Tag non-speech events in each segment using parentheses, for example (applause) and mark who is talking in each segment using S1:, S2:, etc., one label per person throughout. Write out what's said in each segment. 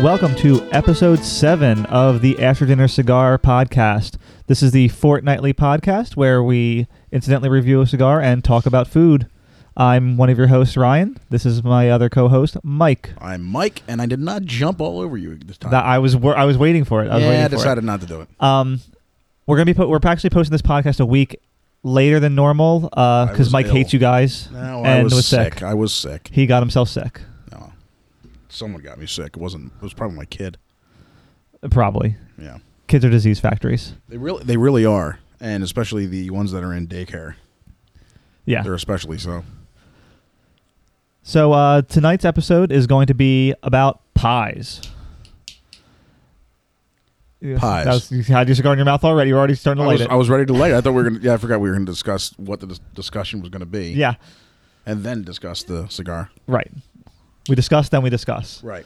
S1: Welcome to episode seven of the After Dinner Cigar Podcast. This is the fortnightly podcast where we incidentally review a cigar and talk about food. I'm one of your hosts, Ryan. This is my other co-host, Mike.
S2: I'm Mike, and I did not jump all over you this time.
S1: That I was wor- I was waiting for it. I was
S2: yeah,
S1: waiting
S2: I
S1: for it.
S2: decided not to do it.
S1: Um, we're gonna be po- we're actually posting this podcast a week later than normal
S2: I
S1: because
S2: was
S1: Mike
S2: ill.
S1: hates you guys
S2: No, I
S1: and
S2: was,
S1: was
S2: sick.
S1: sick.
S2: I was sick.
S1: He got himself sick,
S2: No, someone got me sick. It wasn't. It was probably my kid.
S1: probably.
S2: Yeah,
S1: Kids are disease factories.
S2: they really, they really are, and especially the ones that are in daycare.
S1: Yeah.
S2: They're especially so.
S1: So uh, tonight's episode is going to be about pies. Yeah,
S2: Pies.
S1: That was, you had your cigar in your mouth already. You're already starting
S2: I
S1: to light
S2: was,
S1: it.
S2: I was ready to light. it. I thought we were gonna. Yeah, I forgot we were gonna discuss what the dis- discussion was gonna be.
S1: yeah,
S2: and then discuss the cigar.
S1: right. We discuss, then we discuss.
S2: Right.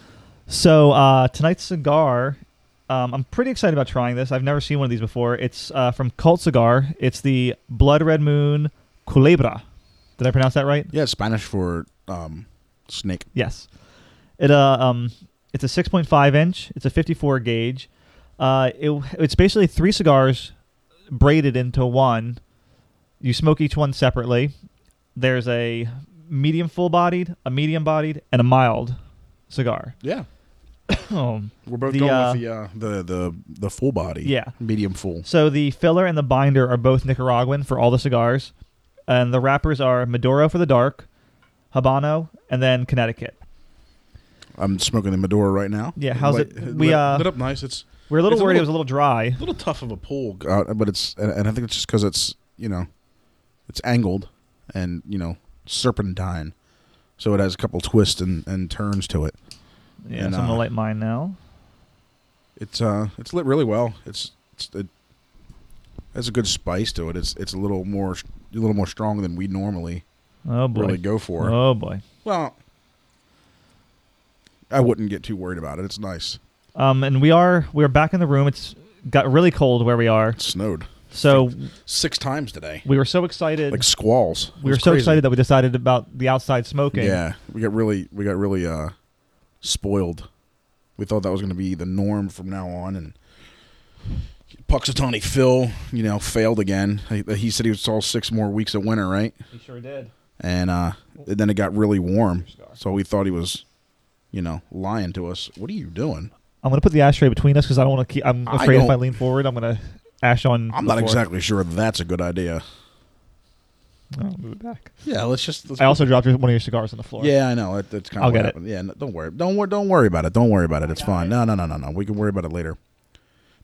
S1: So uh, tonight's cigar, um, I'm pretty excited about trying this. I've never seen one of these before. It's uh, from Cult Cigar. It's the Blood Red Moon Culebra. Did I pronounce that right?
S2: Yeah, it's Spanish for um, snake.
S1: Yes. It uh um it's a 6.5 inch. It's a 54 gauge. Uh, it, it's basically three cigars braided into one. You smoke each one separately. There's a medium full bodied, a medium bodied, and a mild cigar.
S2: Yeah,
S1: Oh.
S2: we're both
S1: The,
S2: going
S1: uh,
S2: with the, uh, the the the full body.
S1: Yeah.
S2: medium full.
S1: So the filler and the binder are both Nicaraguan for all the cigars, and the wrappers are Maduro for the dark, Habano, and then Connecticut.
S2: I'm smoking the Maduro right now.
S1: Yeah, how's
S2: Lit-
S1: it- we,
S2: lit,
S1: uh,
S2: lit up nice. It's
S1: We're a little
S2: It's a
S1: worried
S2: little-
S1: it was a little dry.
S2: a little tough of a pull, uh, but it's and, and I think it's just because it's you know, it's angled and you know serpentine, so it has a couple twists and, and turns to it.
S1: Yeah,
S2: And,
S1: so I'm gonna
S2: uh,
S1: light mine now.
S2: It's uh it's lit really well. It's it's it has a good spice to it. It's it's a little more a little more strong than we normally
S1: Oh boy.
S2: really go for.
S1: Oh boy.
S2: Well, I wouldn't get too worried about it. It's nice.
S1: Um, and we are we are back in the room. It's got really cold where we are.
S2: It snowed
S1: So
S2: six times today,
S1: we were so excited.
S2: like squalls.
S1: we
S2: It
S1: were
S2: was
S1: so
S2: crazy.
S1: excited that we decided about the outside smoking.
S2: Yeah, we got really we got really uh spoiled. We thought that was going to be the norm from now on, and Puxatawny Phil, you know, failed again. He, he said he was all six more weeks of winter, right?
S1: We sure did.
S2: And uh, then it got really warm, so we thought he was, you know, lying to us. What are you doing?
S1: I'm gonna put the ashtray between us because I don't want to keep. I'm
S2: I
S1: afraid if
S2: don't-
S1: I lean forward, I'm gonna ash on.
S2: I'm
S1: the
S2: not
S1: floor.
S2: exactly sure that's a good idea.
S1: I'll Oh, move it back.
S2: Yeah, let's just. Let's
S1: I also dropped your- one of your cigars on the floor.
S2: Yeah, I know. That, that's kind
S1: I'll
S2: of what
S1: get it.
S2: happened. Yeah, no, don't worry. Don't worry. Don't worry about it. Don't worry about it. It's fine. No, no, no, no, no. We can worry about it later.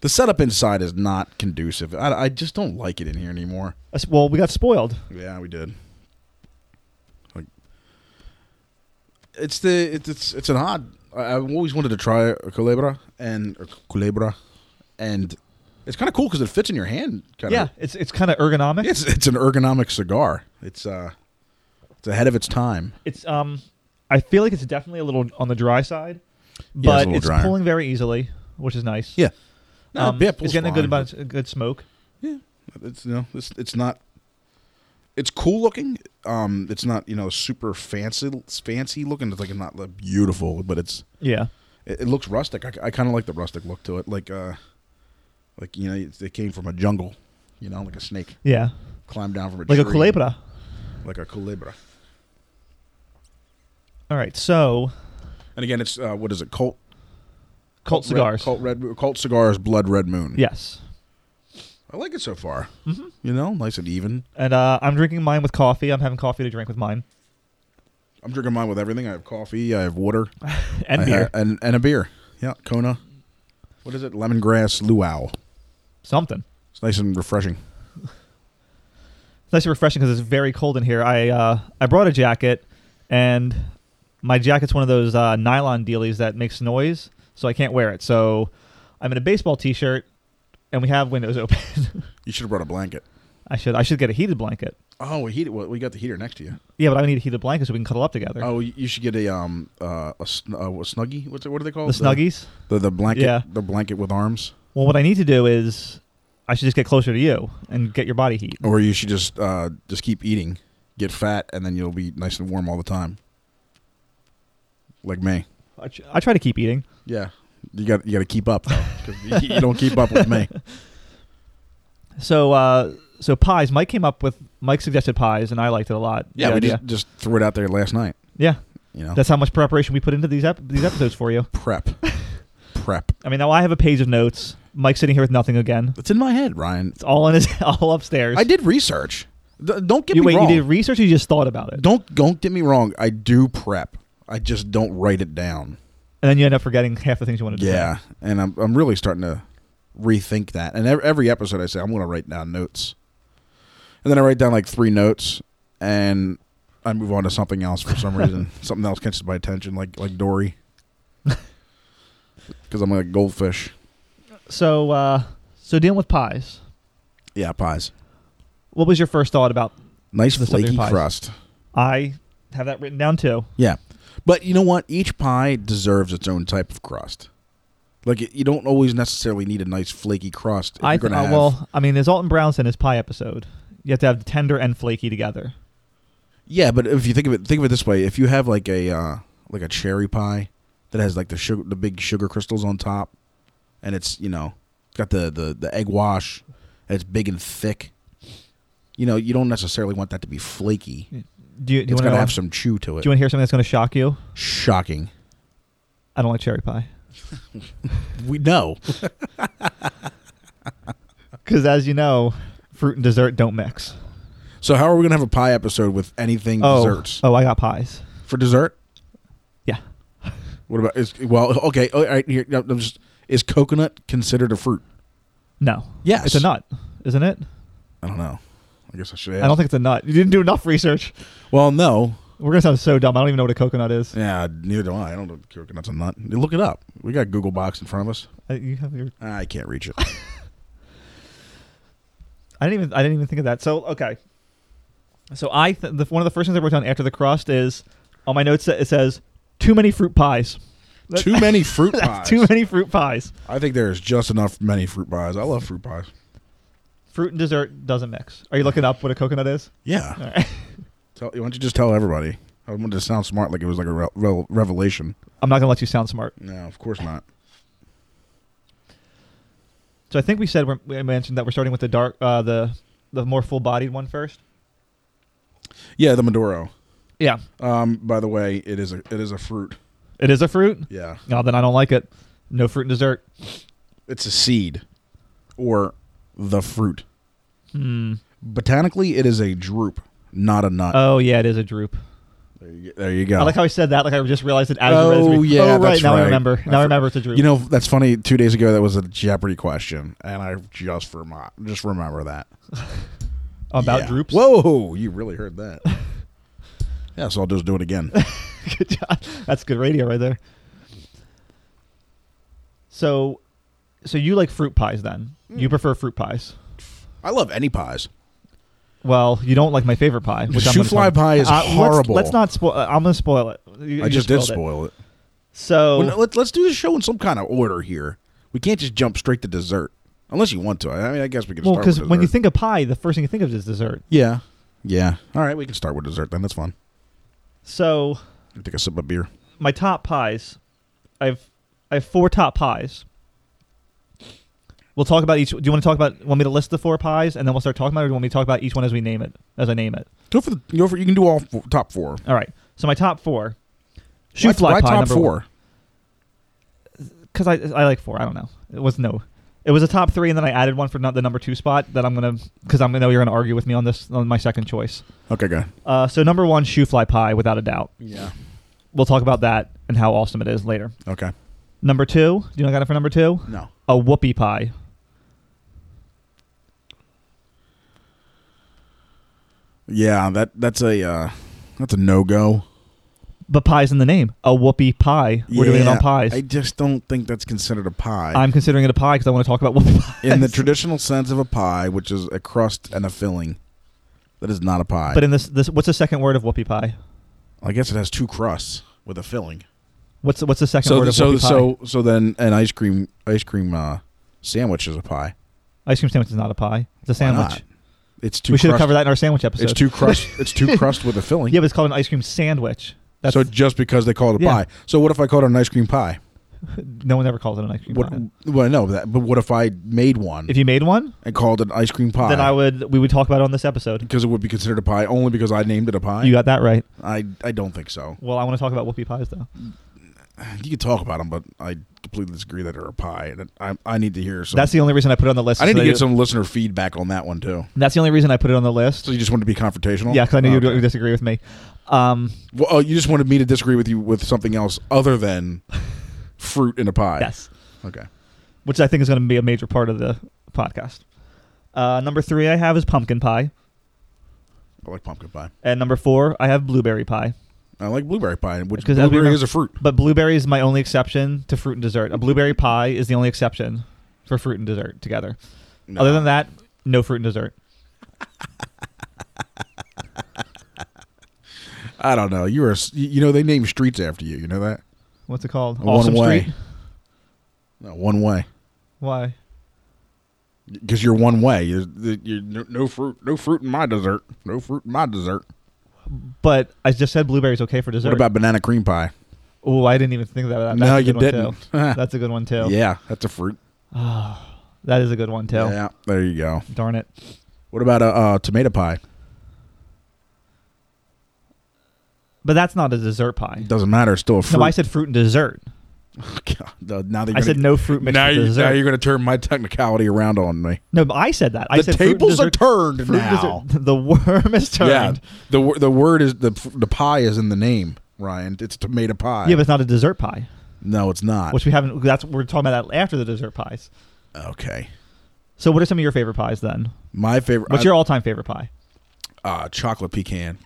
S2: The setup inside is not conducive. I, I just don't like it in here anymore.
S1: Us- Well, we got spoiled.
S2: Yeah, we did. Like, it's the it's it's, it's an odd. I, I've always wanted to try a culebra and or culebra, and it's kind of cool because it fits in your hand. Kind
S1: Yeah,
S2: of.
S1: it's it's kind of ergonomic.
S2: It's it's an ergonomic cigar. It's uh, it's ahead of its time.
S1: It's um, I feel like it's definitely a little on the dry side,
S2: Yeah, it's a
S1: but
S2: little
S1: it's,
S2: drier.
S1: pulling very easily, which is nice.
S2: Yeah. No,
S1: um,
S2: yeah,
S1: it's
S2: Uh, pulls
S1: getting a
S2: fine.
S1: good amount, a good smoke.
S2: Yeah, it's you know, it's it's not. It's cool looking. Um, it's not you know super fancy fancy looking. It's like not like, beautiful, but it's
S1: Yeah.
S2: it, it looks rustic. I, I kind of like the rustic look to it. Like uh, like you know, it's- it came from a jungle. You know, like a snake
S1: Yeah.
S2: climbed down from a
S1: Like a
S2: tree.
S1: culebra.
S2: Like a culebra.
S1: All right. So,
S2: And again, it's uh, what is it? Colt
S1: Colt cigars.
S2: Red, Colt Red Moon- Colt cigars. Blood Red Moon.
S1: yes.
S2: I like it so far. Mm-hmm. You know, nice and even.
S1: And uh, I'm drinking mine with coffee. I'm having coffee to drink with mine
S2: I'm drinking mine with everything. I have coffee. I have water.
S1: and
S2: I
S1: beer.
S2: ha- and and a beer. Yeah, Kona. What is it? Lemongrass luau.
S1: Something.
S2: It's nice and refreshing.
S1: It's nice and refreshing because it's very cold in here. I uh, I brought a jacket, and my jacket's one of those uh, nylon dealies that makes noise, so I can't wear it. So I'm in a baseball T-shirt, and we have windows open. (laughs)
S2: You should have brought a blanket.
S1: I should I should get a heated blanket.
S2: Oh, we heated. well, We got the heater next to you.
S1: Yeah, but I need a heated blanket so we can cuddle up together.
S2: Oh, you you should get a um uh, a, sn- uh, a snuggie. What's it, what are they
S1: the
S2: called?
S1: snuggies.
S2: The the blanket.
S1: Yeah.
S2: The blanket with arms.
S1: Well, what I need to do is I should just get closer to you and get your body heat.
S2: Or you should just uh just keep eating, get fat, and then you'll be nice and warm all the time. Like me.
S1: I, tr- I try to keep eating.
S2: Yeah. You got you got to keep up though, 'cause you, you don't keep up
S1: (laughs)
S2: with me.
S1: So uh, so pies. Mike came up with Mike suggested pies, and I liked it a lot.
S2: Yeah,
S1: The
S2: we
S1: idea.
S2: just, Oh. just threw it out there last night.
S1: yeah.
S2: You know,
S1: That's how much preparation we put into these ep- these episodes for you. (laughs)
S2: prep, prep.
S1: I mean, now I have a page of notes. Mike's sitting here with nothing again.
S2: It's in my head, Ryan.
S1: It's all in his (laughs) all upstairs.
S2: I did research. D- don't get
S1: you,
S2: me
S1: wait,
S2: wrong.
S1: you did research. Or you just thought about it,
S2: don't don't get me wrong. I do prep. I just don't write it down.
S1: and then you end up forgetting half the things you wanted to say.
S2: Yeah, and I'm I'm really starting to rethink that. And every, every episode, I say I'm going to write down notes, and then I write down like three notes, and I move on to something else for some
S1: (laughs)
S2: reason. something else catches my attention, like like Dory, because I'm like a goldfish.
S1: So uh, so dealing with pies.
S2: Yeah, pies.
S1: What was your first thought about?
S2: Nice
S1: The Southern
S2: flaky
S1: pies.
S2: crust.
S1: I have that written down too.
S2: Yeah, but you know what? Each pie deserves its own type of crust. Like you- you don't always necessarily need a nice flaky crust. If
S1: I
S2: you're
S1: th-
S2: gonna
S1: uh,
S2: have,
S1: well, I mean, there's Alton Brown's in his pie episode. You have to have tender and flaky together.
S2: Yeah, but if you think of it, think of it this way: if you have like a uh, like a cherry pie that has like the sugar, the big sugar crystals on top, and it's you know it's got the the the egg wash, and it's big and thick. You know, you don't necessarily want that to be flaky.
S1: Do you, do you
S2: it's
S1: want
S2: got
S1: to
S2: to have some chew to
S1: Do
S2: it.
S1: you want to hear something that's going to shock you?
S2: Shocking.
S1: I don't like cherry pie
S2: We know.
S1: because, as you know, fruit and dessert don't mix.
S2: So how are we gonna have a pie episode with anything
S1: Oh,
S2: desserts
S1: oh, I got pies.
S2: for dessert?
S1: Yeah,
S2: What about is well? Okay, all right. Here, I'm just is coconut considered a fruit?
S1: no.
S2: Yes.
S1: it's a nut, isn't it?
S2: I don't know. I guess I should. Ask.
S1: I don't think it's a nut. You didn't do enough research.
S2: Well, no.
S1: We're gonna sound so dumb. I don't even know what a coconut is.
S2: Yeah, neither do I. I don't know if coconut's a nut. Look it up. We got Google Box in front of us.
S1: Uh, You have your.
S2: I
S1: (laughs)
S2: can't reach it.
S1: I didn't even. I didn't even think of that. So okay. So I th- the, one of the first things I wrote down after the crust is on my notes that it says too many fruit pies. That-
S2: (laughs) too many fruit pies.
S1: (laughs) That's too many fruit pies.
S2: I think there's just enough many fruit pies. I love fruit pies.
S1: Fruit and dessert doesn't mix. Are you looking up what a coconut is? (laughs)
S2: Yeah.
S1: All right.
S2: Tell, why don't you just tell everybody? I wanted to sound smart like it was like a re- re- revelation.
S1: I'm not gonna let you sound smart.
S2: No, of course not.
S1: So I think we said we're, we mentioned that we're starting with the dark, uh, the the more full-bodied one first.
S2: Yeah, the Maduro.
S1: Yeah,
S2: Um, by the way, it is a it is a fruit.
S1: it is a fruit.
S2: Yeah,
S1: No, then I don't like it. No fruit and dessert.
S2: it's a seed, or the fruit.
S1: Hmm.
S2: Botanically, it is a droop, not a nut.
S1: Oh yeah, it is a droop.
S2: there, you, there you go.
S1: I like how I said that. Like I just realized it as a
S2: Oh,
S1: recipe.
S2: yeah,
S1: oh right.
S2: that's
S1: now I
S2: right.
S1: remember.
S2: I
S1: Now I
S2: for-
S1: remember it's a droop.
S2: You know, that's funny. Two days ago, that was a Jeopardy question, and I just formo- just remember that
S1: about
S2: Yeah.
S1: droops.
S2: Whoa, you really heard that? yeah, so I'll just do
S1: (laughs)
S2: it again.
S1: (laughs) good job. That's good radio right there. So, so you like fruit pies then? You prefer fruit pies?
S2: I love any pies.
S1: Well, you don't like my favorite pie. Which I'm
S2: Shoe
S1: gonna
S2: fly
S1: tell you.
S2: pie is
S1: Uh, let's-
S2: horrible.
S1: Let's, not spoil. uh, I'm gonna spoil it. You- you
S2: I just did
S1: spoiled it. Oh.
S2: spoil it.
S1: So
S2: Well, let's let's do the show in some kind of order here. We can't just jump straight to dessert, unless you want to. I mean, I guess we can.
S1: Well,
S2: start because
S1: because when you think of pie, the first thing you think of is dessert.
S2: yeah, yeah. All right, we can start with dessert then. That's fun.
S1: So
S2: I'll take a sip of beer.
S1: my top pies, I've I have four top pies. We'll talk about each. Do you want to talk about? Want me to list the four pies, and then we'll start talking about, it, or do you want me to talk about each one as we name it, as I name it?
S2: Go for the go for. You can do all four, top four.
S1: All right. So my top four, shoe
S2: Why-
S1: fly
S2: why
S1: pie
S2: top
S1: number
S2: four.
S1: Because I I like four. I don't know. It was no. It was a top three, and then I added one for not the number two spot that I'm gonna because I'm gonna know you're gonna argue with me on this on my second choice.
S2: Okay, go.
S1: Uh, so number one, shoe fly pie, without a doubt.
S2: Yeah.
S1: We'll talk about that and how awesome it is later.
S2: Okay.
S1: Number two, do you know what I got it for number two?
S2: No.
S1: A whoopie pie.
S2: Yeah, that that's a uh, that's a no go.
S1: But pie's in the name. A whoopie pie. We're doing it on pies.
S2: I just don't think that's considered a pie
S1: I, am considering it a pie because I want to talk about whoopie pies. (laughs)
S2: (laughs) in the traditional sense of a pie, which is a crust and a filling. That is not a pie.
S1: But in this, this, what's the second word of whoopie pie?
S2: I guess it has two crusts with a filling.
S1: What's what's the second
S2: So
S1: word of
S2: so
S1: whoopie pie?
S2: so so then an ice cream ice cream uh, sandwich is a pie.
S1: Ice cream sandwich is not a pie. It's a sandwich.
S2: not? It's two.
S1: We should have
S2: crust-
S1: covered that in our sandwich episode.
S2: It's
S1: (laughs)
S2: two crust. it's two crust with a filling.
S1: Yeah, but it's called an ice cream sandwich. That's
S2: so just because they call it a
S1: Yeah.
S2: pie. So what if I called it an ice cream pie?
S1: (laughs) no one ever calls it an ice cream
S2: What?
S1: pie.
S2: Well, no, that, but what if I made one
S1: If you made one,
S2: and called it ice cream pie?
S1: then I would we would talk about it on this episode.
S2: because it would be considered a pie only because I named it a pie.
S1: You got that right.
S2: I I don't think so.
S1: Well, I want to talk about whoopie pies though.
S2: You can talk about them, but I completely disagree that they're a pie. And I I need to hear some.
S1: That's the only reason I put it on the list.
S2: I need
S1: so
S2: to
S1: that
S2: get
S1: you-
S2: some listener feedback on that one too.
S1: That's the only reason I put it on the list.
S2: So you just wanted to be confrontational?
S1: yeah, because I knew
S2: Oh, Okay.
S1: you would disagree with me. Um,
S2: Well, oh, you just wanted me to disagree with you with something else
S1: (laughs)
S2: other than fruit in a pie.
S1: yes,
S2: Okay.
S1: which I think is going to be a major part of the podcast. Uh, number three I have is pumpkin pie,
S2: I like pumpkin pie.
S1: and number four I have blueberry pie.
S2: I like blueberry pie, which
S1: 'Cause as we
S2: blueberry
S1: remem-
S2: is a fruit.
S1: But blueberry is my only exception to fruit and dessert. A blueberry pie is the only exception for fruit and dessert together.
S2: No.
S1: Other than that, no fruit and dessert.
S2: I don't know. You're a s- you you know they name streets after you. You know that?
S1: What's it called?
S2: One
S1: awesome
S2: way.
S1: Street.
S2: No, one way.
S1: Why?
S2: Because you're one way. You're, you're no, no fruit. No fruit in my dessert. No fruit in my dessert.
S1: But I just said blueberries okay for dessert.
S2: What about banana cream pie?
S1: Oh, I didn't even think of that. That's
S2: no,
S1: a
S2: you
S1: good one,
S2: didn't. (laughs)
S1: too. That's a good one too.
S2: yeah, that's a fruit.
S1: That is a good one too.
S2: Yeah, there you go.
S1: Darn it.
S2: What about a uh, tomato pie?
S1: But that's not a dessert pie.
S2: It doesn't matter. It's still a fruit.
S1: No, I said fruit and dessert.
S2: (laughs) God, no, now that
S1: I
S2: you're
S1: said
S2: gonna-
S1: no fruit mixed
S2: now,
S1: with
S2: you,
S1: dessert.
S2: now you're going to turn my technicality around on me.
S1: no, but I said that. I
S2: the
S1: said fruit and
S2: tables are
S1: dessert.
S2: turned
S1: fruit and
S2: now.
S1: dessert. (laughs) The worm is
S2: Yeah,
S1: turned.
S2: the wor- the word is the the pie is in the name, Ryan. It's tomato pie.
S1: Yeah, but it's not a dessert pie,
S2: no, it's not.
S1: which we haven't. That's we're talking about that after the dessert pies.
S2: okay,
S1: So, what are some of your favorite pies then?
S2: my favorite.
S1: What's
S2: I-
S1: your all-time favorite pie?
S2: uh, chocolate pecan?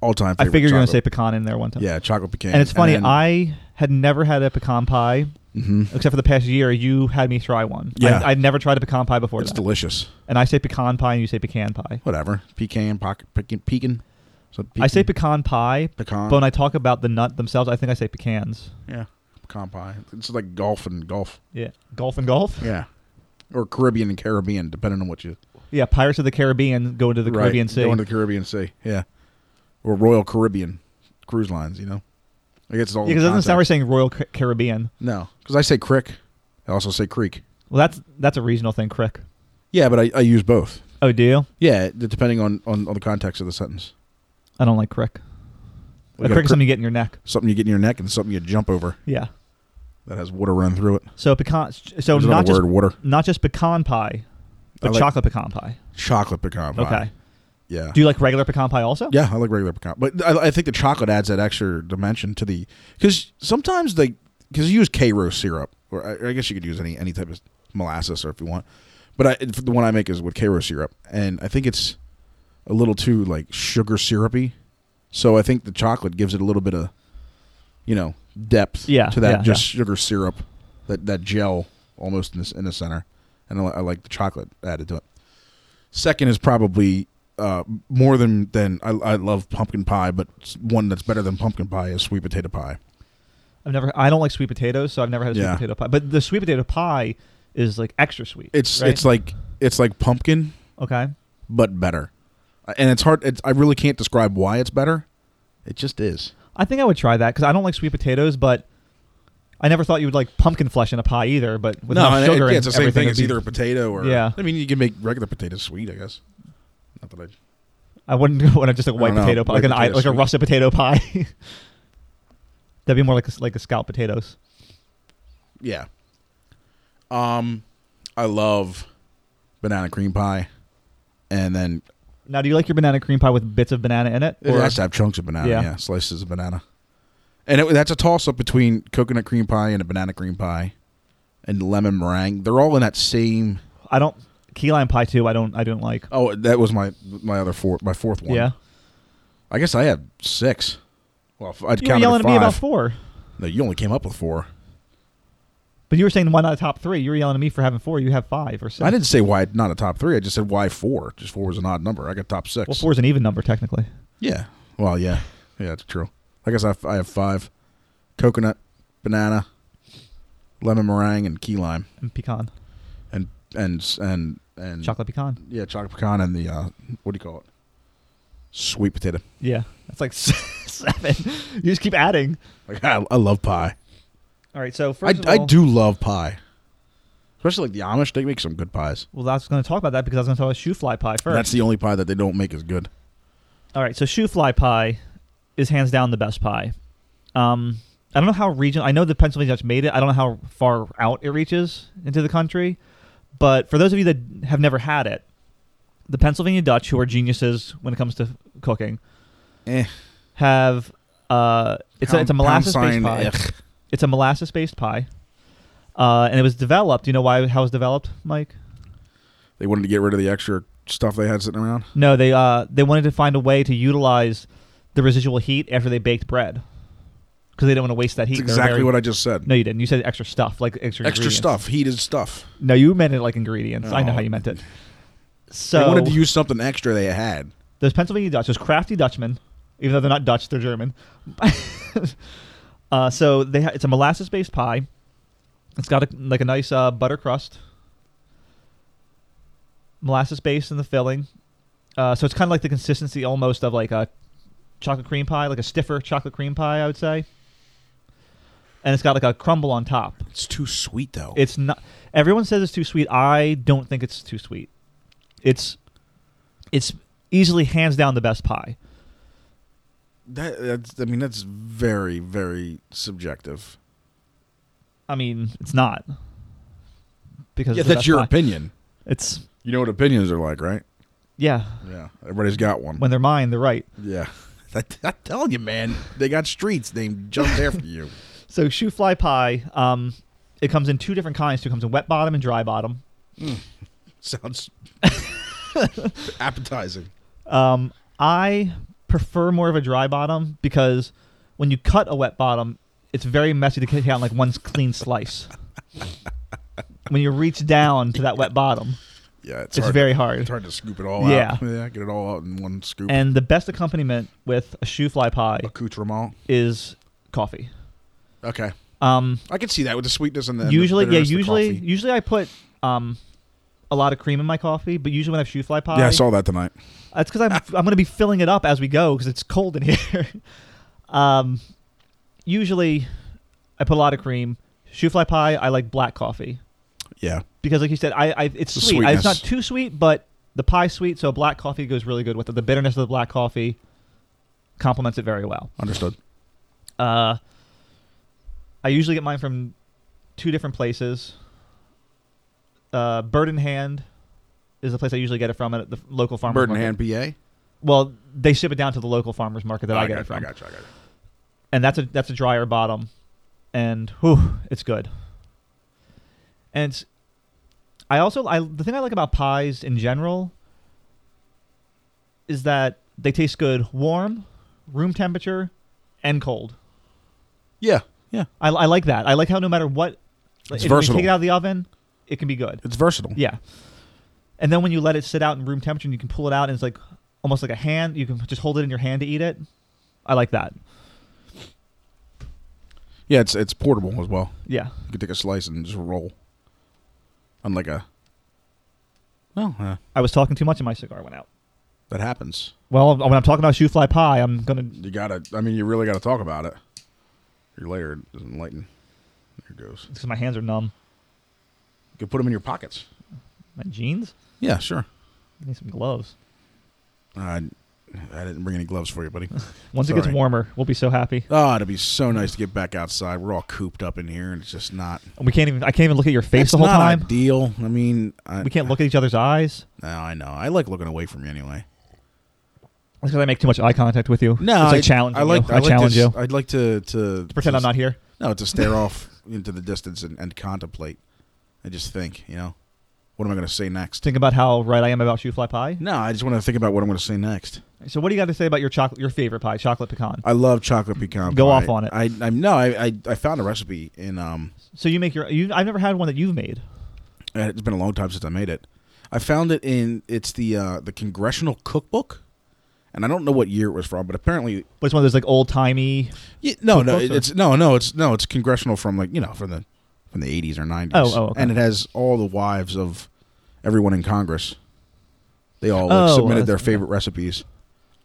S2: All time.
S1: I figure you're gonna say pecan in there one time.
S2: yeah, chocolate pecan.
S1: And it's funny.
S2: then-
S1: I had never had a pecan pie
S2: Mhm.
S1: except for the past year. You had me try one.
S2: Yeah.
S1: I, I'd never tried a pecan pie before
S2: it's
S1: that.
S2: delicious.
S1: and I say pecan pie, and you say pecan pie.
S2: Whatever. Pecan, pocket, pecan, pecan. So
S1: I say pecan pie,
S2: pecan.
S1: but when I talk about the nut themselves, I think I say pecans.
S2: yeah, pecan pie. It's like golf and golf.
S1: Yeah, golf and golf.
S2: Yeah, or Caribbean and Caribbean, depending on what you.
S1: Yeah, Pirates of the Caribbean go into the
S2: Right,
S1: Caribbean Sea.
S2: Going to the Caribbean Sea, yeah, or Royal Caribbean cruise lines. You know, I guess it's all.
S1: yeah, because
S2: in
S1: doesn't it sound like
S2: context.
S1: saying Royal Ca- Caribbean.
S2: No, because I say crick, I also say creek.
S1: Well, that's that's a regional thing, Crick.
S2: Yeah, but I, I use both.
S1: Oh, do you?
S2: Yeah, it- depending on, on, on the context of the sentence.
S1: I don't like Crick.
S2: We
S1: a
S2: got
S1: crick is
S2: cri-
S1: something you get in your neck.
S2: something you get in your neck and something you jump over
S1: Yeah.
S2: that has water running through it.
S1: So pecan. So
S2: There's
S1: not
S2: another
S1: just
S2: word, water.
S1: not just pecan pie, but
S2: like-
S1: chocolate pecan pie.
S2: Chocolate pecan pie.
S1: Okay.
S2: Yeah.
S1: Do you like regular pecan pie also?
S2: Yeah, I like regular pecan, but I, I think the chocolate adds that extra dimension to the because sometimes they because you use Cairo syrup, or I, I guess you could use any any type of molasses, or if you want. But I, the one I make is with Cairo syrup, and I think it's a little too like sugar syrupy. So I think the chocolate gives it a little bit of, you know, depth
S1: Yeah,
S2: to that
S1: yeah,
S2: just sugar syrup, that that gel almost in the, in the center, and I, li- I like the chocolate added to it. Second is probably uh, more than than I, I love pumpkin pie, but s- one that's better than pumpkin pie is sweet potato pie.
S1: I've never. I don't like sweet potatoes, so I've never had a sweet
S2: Yeah.
S1: potato pie. But the sweet potato pie is like extra sweet.
S2: It's
S1: right?
S2: it's like it's like pumpkin
S1: okay.
S2: but better, Uh, and it's hard. It's, I really can't describe why it's better. It just is.
S1: I think I would try that because I don't like sweet potatoes, but I never thought you would like pumpkin flesh in a pie either. But with enough
S2: and it-
S1: sugar,
S2: yeah,
S1: and
S2: it's the same
S1: everything,
S2: thing.
S1: it'd
S2: It's
S1: be-
S2: either a potato or
S1: Yeah.
S2: I mean, you can make regular potatoes sweet, I guess. Not that I.
S1: I wouldn't (laughs) go on a- just like
S2: I
S1: white
S2: don't know,
S1: potato, pie, like an
S2: white
S1: I,
S2: potato
S1: like a
S2: sweet.
S1: russet potato (laughs) pie. That'd be more like a, s- like a scallop potatoes.
S2: Yeah. Um, I love banana cream pie, and then
S1: Now, do you like your banana cream pie with bits of banana in it?
S2: It has to have chunks of banana, yeah,
S1: Yeah.
S2: slices of banana. And it, that's a toss up between coconut cream pie and a banana cream pie, and lemon meringue. They're all in that same.
S1: I don't key lime pie too. I don't. I don't like.
S2: Oh, that was my my other four, my fourth one.
S1: Yeah,
S2: I guess I had six. Well, if I'd
S1: you were
S2: count
S1: yelling
S2: five.
S1: at me about four,
S2: no, you only came up with four.
S1: but you were saying why not a top three? You were yelling at me for having four. You have five or six.
S2: I didn't say why not a top three. I just said why four. Just four was an odd number. I got top six.
S1: Well, four's an even number technically.
S2: Yeah. Well, yeah. Yeah, that's true. I guess I have, I have five: coconut, banana, lemon meringue, and key lime.
S1: And pecan,
S2: and and and and
S1: chocolate pecan.
S2: Yeah, chocolate pecan and the uh, what do you call it? Sweet potato.
S1: (laughs) Yeah, that's like seven. You just keep adding.
S2: Like I, I love pie.
S1: All right, so
S2: I,
S1: first of
S2: I
S1: all-
S2: do love pie, especially like the Amish. They make some good pies.
S1: Well, I was going to talk about that because I was going to talk about shoe fly pie first.
S2: That's the only pie that they don't make is good.
S1: All right, so shoe fly pie is hands down the best pie. Um, I don't know how region. I know the Pennsylvania Dutch made it. I don't know how far out it reaches into the country, but for those of you that have never had it, the Pennsylvania Dutch, who are geniuses when it comes to cooking,
S2: Eh.
S1: have uh, it's a, it's a
S2: Pound- pound
S1: molasses based
S2: sign,
S1: pie.
S2: ugh.
S1: It's a molasses based pie, uh, and it was developed. You know why? How it was developed, Mike?
S2: They wanted to get rid of the extra stuff they had sitting around.
S1: No, they uh they wanted to find a way to utilize the residual heat after they baked bread because they don't want to waste that heat.
S2: That's exactly what I just said.
S1: No, you didn't. You said extra stuff, like extra
S2: extra
S1: ingredients.
S2: stuff. Heat is stuff.
S1: No, you meant it like ingredients. I know
S2: Oh.
S1: how you meant it.
S2: they
S1: So
S2: wanted to use something extra they had.
S1: those Pennsylvania Dutch, those crafty Dutchmen, even though they're not Dutch, they're German. (laughs) uh, so they ha- it's a molasses-based pie. It's got a, like a nice uh, butter crust, molasses base in the filling. Uh, so it's kind of like the consistency almost of like a chocolate cream pie, like a stiffer chocolate cream pie, I would say. And it's got like a crumble on top.
S2: It's too sweet though.
S1: It's not. Everyone says it's too sweet. I don't think it's too sweet. It's it's easily hands down the best pie.
S2: that, that's, I mean, that's very, very subjective.
S1: I mean, it's not because
S2: Yeah,
S1: it's the
S2: that's
S1: best
S2: your
S1: pie.
S2: opinion.
S1: It's
S2: You know what opinions are like, right?
S1: yeah.
S2: Yeah, everybody's got one.
S1: When they're mine, they're right.
S2: yeah, (laughs) I'm telling you, man, they got streets named just after you. (laughs)
S1: So shoe fly pie. Um, it comes in two different kinds. It comes in wet bottom and dry bottom. (laughs)
S2: Sounds appetizing.
S1: Um, I prefer more of a dry bottom because when you cut a wet bottom, it's very messy to kick out in, like one clean slice. when you reach down to that wet bottom,
S2: Yeah, (laughs) it's,
S1: it's
S2: hard.
S1: very hard.
S2: it's hard to scoop it all out.
S1: Yeah.
S2: yeah, get it all out in one scoop.
S1: And the best accompaniment with a shoe fly
S2: (laughs)
S1: pie
S2: Accoutrement.
S1: is coffee.
S2: Okay,
S1: Um,
S2: I can see that with the sweetness and the and the
S1: usually, yeah,
S2: bitterness of the
S1: usually,
S2: coffee.
S1: usually I put um, a lot of cream in my coffee, but usually when I have shoe fly pie,
S2: Yeah, I saw that tonight.
S1: That's
S2: (laughs)
S1: because I'm I'm gonna be filling it up as we go because it's cold in (laughs) here. um, usually, I put a lot of cream. Shoe fly pie, I like black coffee
S2: Yeah,
S1: because, like you said, I, I it's
S2: The
S1: sweet. I- it's not
S2: sweetness.
S1: too sweet, but the pie's sweet, so black coffee goes really good with it. The bitterness of the black coffee complements it very well.
S2: understood.
S1: Uh, I usually get mine from two different places. Uh, Bird in Hand is the place I usually get it from at the local farmer.
S2: Bird in hand, PA.
S1: Well, they ship it down to the local farmers market that I, get
S2: got
S1: it
S2: you, Oh, I
S1: from,
S2: got you. I got you.
S1: and that's a that's a drier bottom, and whew, it's good. And it's- I also I the thing I like about pies in general is that they taste good warm, room temperature, and cold.
S2: Yeah, yeah.
S1: I, I like that. I like how no matter what,
S2: It's
S1: if
S2: versatile.
S1: you take it out of the oven, it can be good.
S2: It's versatile.
S1: Yeah. And then when you let it sit out in room temperature and you can pull it out and it's like almost like a hand, you can just hold it in your hand to eat it. I like that.
S2: Yeah, it's it's portable as well.
S1: Yeah.
S2: You can take a slice and just roll. Unlike a. Well, uh,
S1: I was talking too much and my cigar went out.
S2: that happens.
S1: Well, when I'm talking about shoe fly pie, I'm going to.
S2: You gotta. I mean, you really gotta talk about it. Your layer doesn't lighten. There it goes.
S1: Because my hands are numb.
S2: You can put them in your pockets.
S1: My jeans?
S2: Yeah, sure.
S1: I need some gloves.
S2: I I didn't bring any gloves for you, buddy. (laughs)
S1: Once
S2: It's
S1: it gets
S2: all right.
S1: warmer, we'll be so happy.
S2: oh, it'd be so nice to get back outside. We're all cooped up in here, and it's just not.
S1: And we can't even. I can't even look at your face
S2: It's
S1: the whole
S2: not
S1: time.
S2: ideal. I mean, I,
S1: We can't look at each other's eyes.
S2: No, I know. I like looking away from you anyway.
S1: That's because I make too much eye contact with you.
S2: No,
S1: it's like
S2: I,
S1: challenging
S2: I like.
S1: you. I,
S2: I, like
S1: challenge
S2: to, s-
S1: you.
S2: I'd like to to
S1: Pretend I'm not here.
S2: No,
S1: (laughs)
S2: to stare off into the distance and, and contemplate and just think. You know, what am I going to say next?
S1: Think about how right I am about shoe fly pie.
S2: No, I just want to think about what I'm going to say next.
S1: So what do you got to say about your chocolate, your favorite pie, chocolate pecan?
S2: I love chocolate pecan.
S1: Go
S2: pie.
S1: off on it.
S2: I, I no, I, I I found a recipe in um.
S1: So you make your. You, I've never had one that you've made.
S2: and It's been a long time since I made it. I found it in it's the uh, the congressional cookbook, and I don't know what year it was from, but apparently
S1: But it's one of those like old timey.
S2: Yeah, no, no,
S1: Cookbooks
S2: it-
S1: or-
S2: it's no, no, it's no, it's congressional from like you know from the from the eighties or nineties.
S1: Oh, oh, okay.
S2: and it has all the wives of everyone in Congress. They all like,
S1: Oh,
S2: submitted
S1: that's-
S2: their favorite recipes.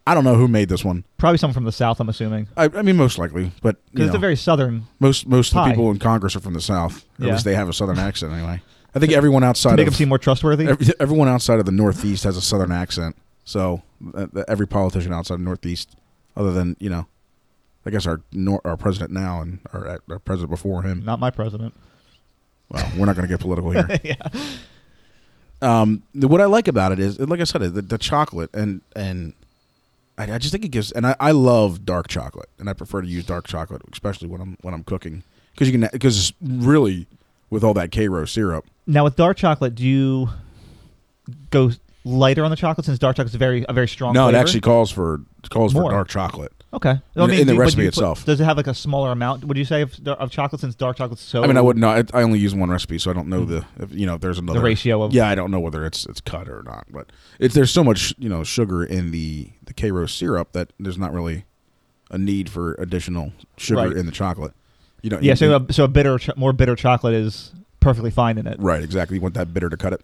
S2: I don't know who made this one.
S1: Probably someone from the south, I'm assuming,
S2: I, I mean, most likely, but you
S1: because it's
S2: know,
S1: a very southern.
S2: most most of the
S1: pie.
S2: people in Congress are from the South. Or
S1: Yeah.
S2: At least they have
S1: (laughs)
S2: a Southern accent anyway. I think everyone
S1: To
S2: outside
S1: make
S2: of
S1: them seem more trustworthy.
S2: (laughs) every, everyone outside of the Northeast has a Southern accent. So uh, uh, every politician outside of Northeast, other than you know, I guess our nor- our president now and our, uh, our president before him.
S1: Not my president. (laughs)
S2: Well, we're not going to get political here.
S1: yeah.
S2: Um, the- what I like about it is, like I said, the, the chocolate and and I, I just think it gives. And I, I love dark chocolate, and I prefer to use dark chocolate, especially when I'm when I'm cooking, because you can because really with all that Cairo syrup,
S1: Now with dark chocolate, do you go lighter on the chocolate since dark chocolate is very a very strong?
S2: no, it
S1: flavor?
S2: actually calls for calls
S1: More.
S2: for dark chocolate.
S1: okay.
S2: in- in the
S1: do- but do
S2: recipe
S1: you put-
S2: itself.
S1: does it have like a smaller amount? Would you say of, of chocolate since dark chocolate's so?
S2: I mean, I wouldn't know. I, I only use one recipe, so I don't know the if, you know if there's another
S1: Oh. Mm-hmm. the ratio of
S2: Yeah, I don't know whether it's it's cut or not, but it's there's so much you know sugar in the the Cairo syrup that there's not really a need for additional sugar
S1: Right.
S2: in the chocolate. You know,
S1: yeah.
S2: you-
S1: So uh, a, so a bitter, cho- more bitter chocolate is perfectly fine in it.
S2: Right, exactly. You want that bitter to cut it.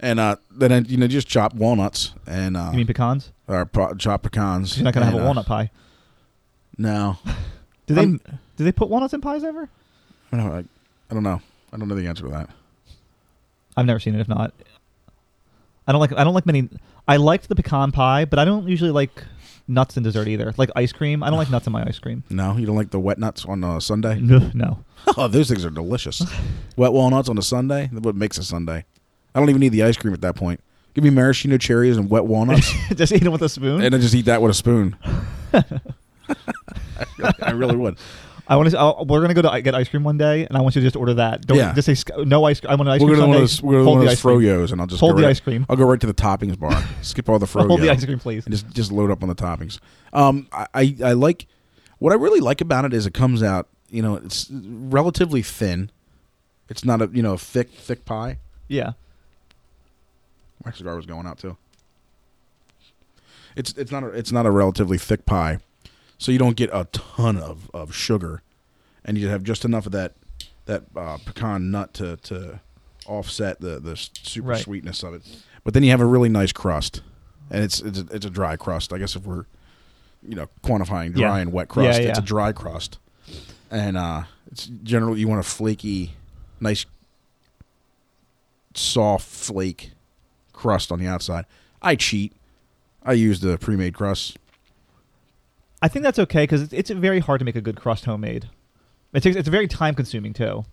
S2: And uh, then I, you know, just chop walnuts and uh,
S1: You mean pecans?
S2: or pro- chop pecans.
S1: 'Cause You're not gonna have
S2: and,
S1: a
S2: uh,
S1: walnut pie.
S2: No,
S1: Do they
S2: I'm-
S1: do they put walnuts in pies ever?
S2: I don't, know, I, I don't know. I don't know the answer to that.
S1: I've never seen it. If not, I don't like. I don't like many. I liked the pecan pie, but I don't usually like nuts in dessert either. Like ice cream, I don't like nuts in my ice cream. (laughs)
S2: No, you don't like the wet nuts on a Sunday.
S1: No, no. (laughs)
S2: (laughs) oh, those things are delicious. wet walnuts on a Sunday. That's what makes a Sunday. I don't even need the ice cream at that point. Give me maraschino cherries and wet walnuts,
S1: (laughs) just eat it with a spoon.
S2: and I just eat that with
S1: (laughs)
S2: a spoon. (laughs) I, really, I really would.
S1: I want to. I'll, we're gonna go to get ice cream one day, and I want you to just order that. Don't
S2: Yeah.
S1: just say sc- no ice. I want an ice
S2: We'll go
S1: cream.
S2: to one of
S1: sundae.
S2: those, we'll go to
S1: Hold
S2: one of
S1: the
S2: those
S1: ice (laughs) cream.
S2: froyos, and I'll just
S1: Hold
S2: go
S1: the
S2: right,
S1: ice cream.
S2: I'll go right to the
S1: (laughs)
S2: toppings bar. Skip all the froyo.
S1: Hold the ice cream, please.
S2: and just just load up on the toppings. Um, I, I I like what I really like about it is it comes out you know it's relatively thin. It's not a you know thick thick pie.
S1: Yeah.
S2: My cigar was going out too. It's it's not a, it's not a relatively thick pie, so you don't get a ton of, of sugar, and you have just enough of that that uh, pecan nut to to offset the the s- super
S1: Right.
S2: sweetness of it. But then you have a really nice crust, and it's it's a, it's a dry crust. I guess if we're you know quantifying
S1: Yeah.
S2: dry and wet crust,
S1: Yeah,
S2: it's a
S1: yeah.
S2: dry crust, and uh, it's generally you want a flaky, nice, soft flake crust on the outside. I cheat. I use the pre-made crust.
S1: I think that's okay because it's, it's very hard to make a good crust homemade. It takes it's very time consuming too.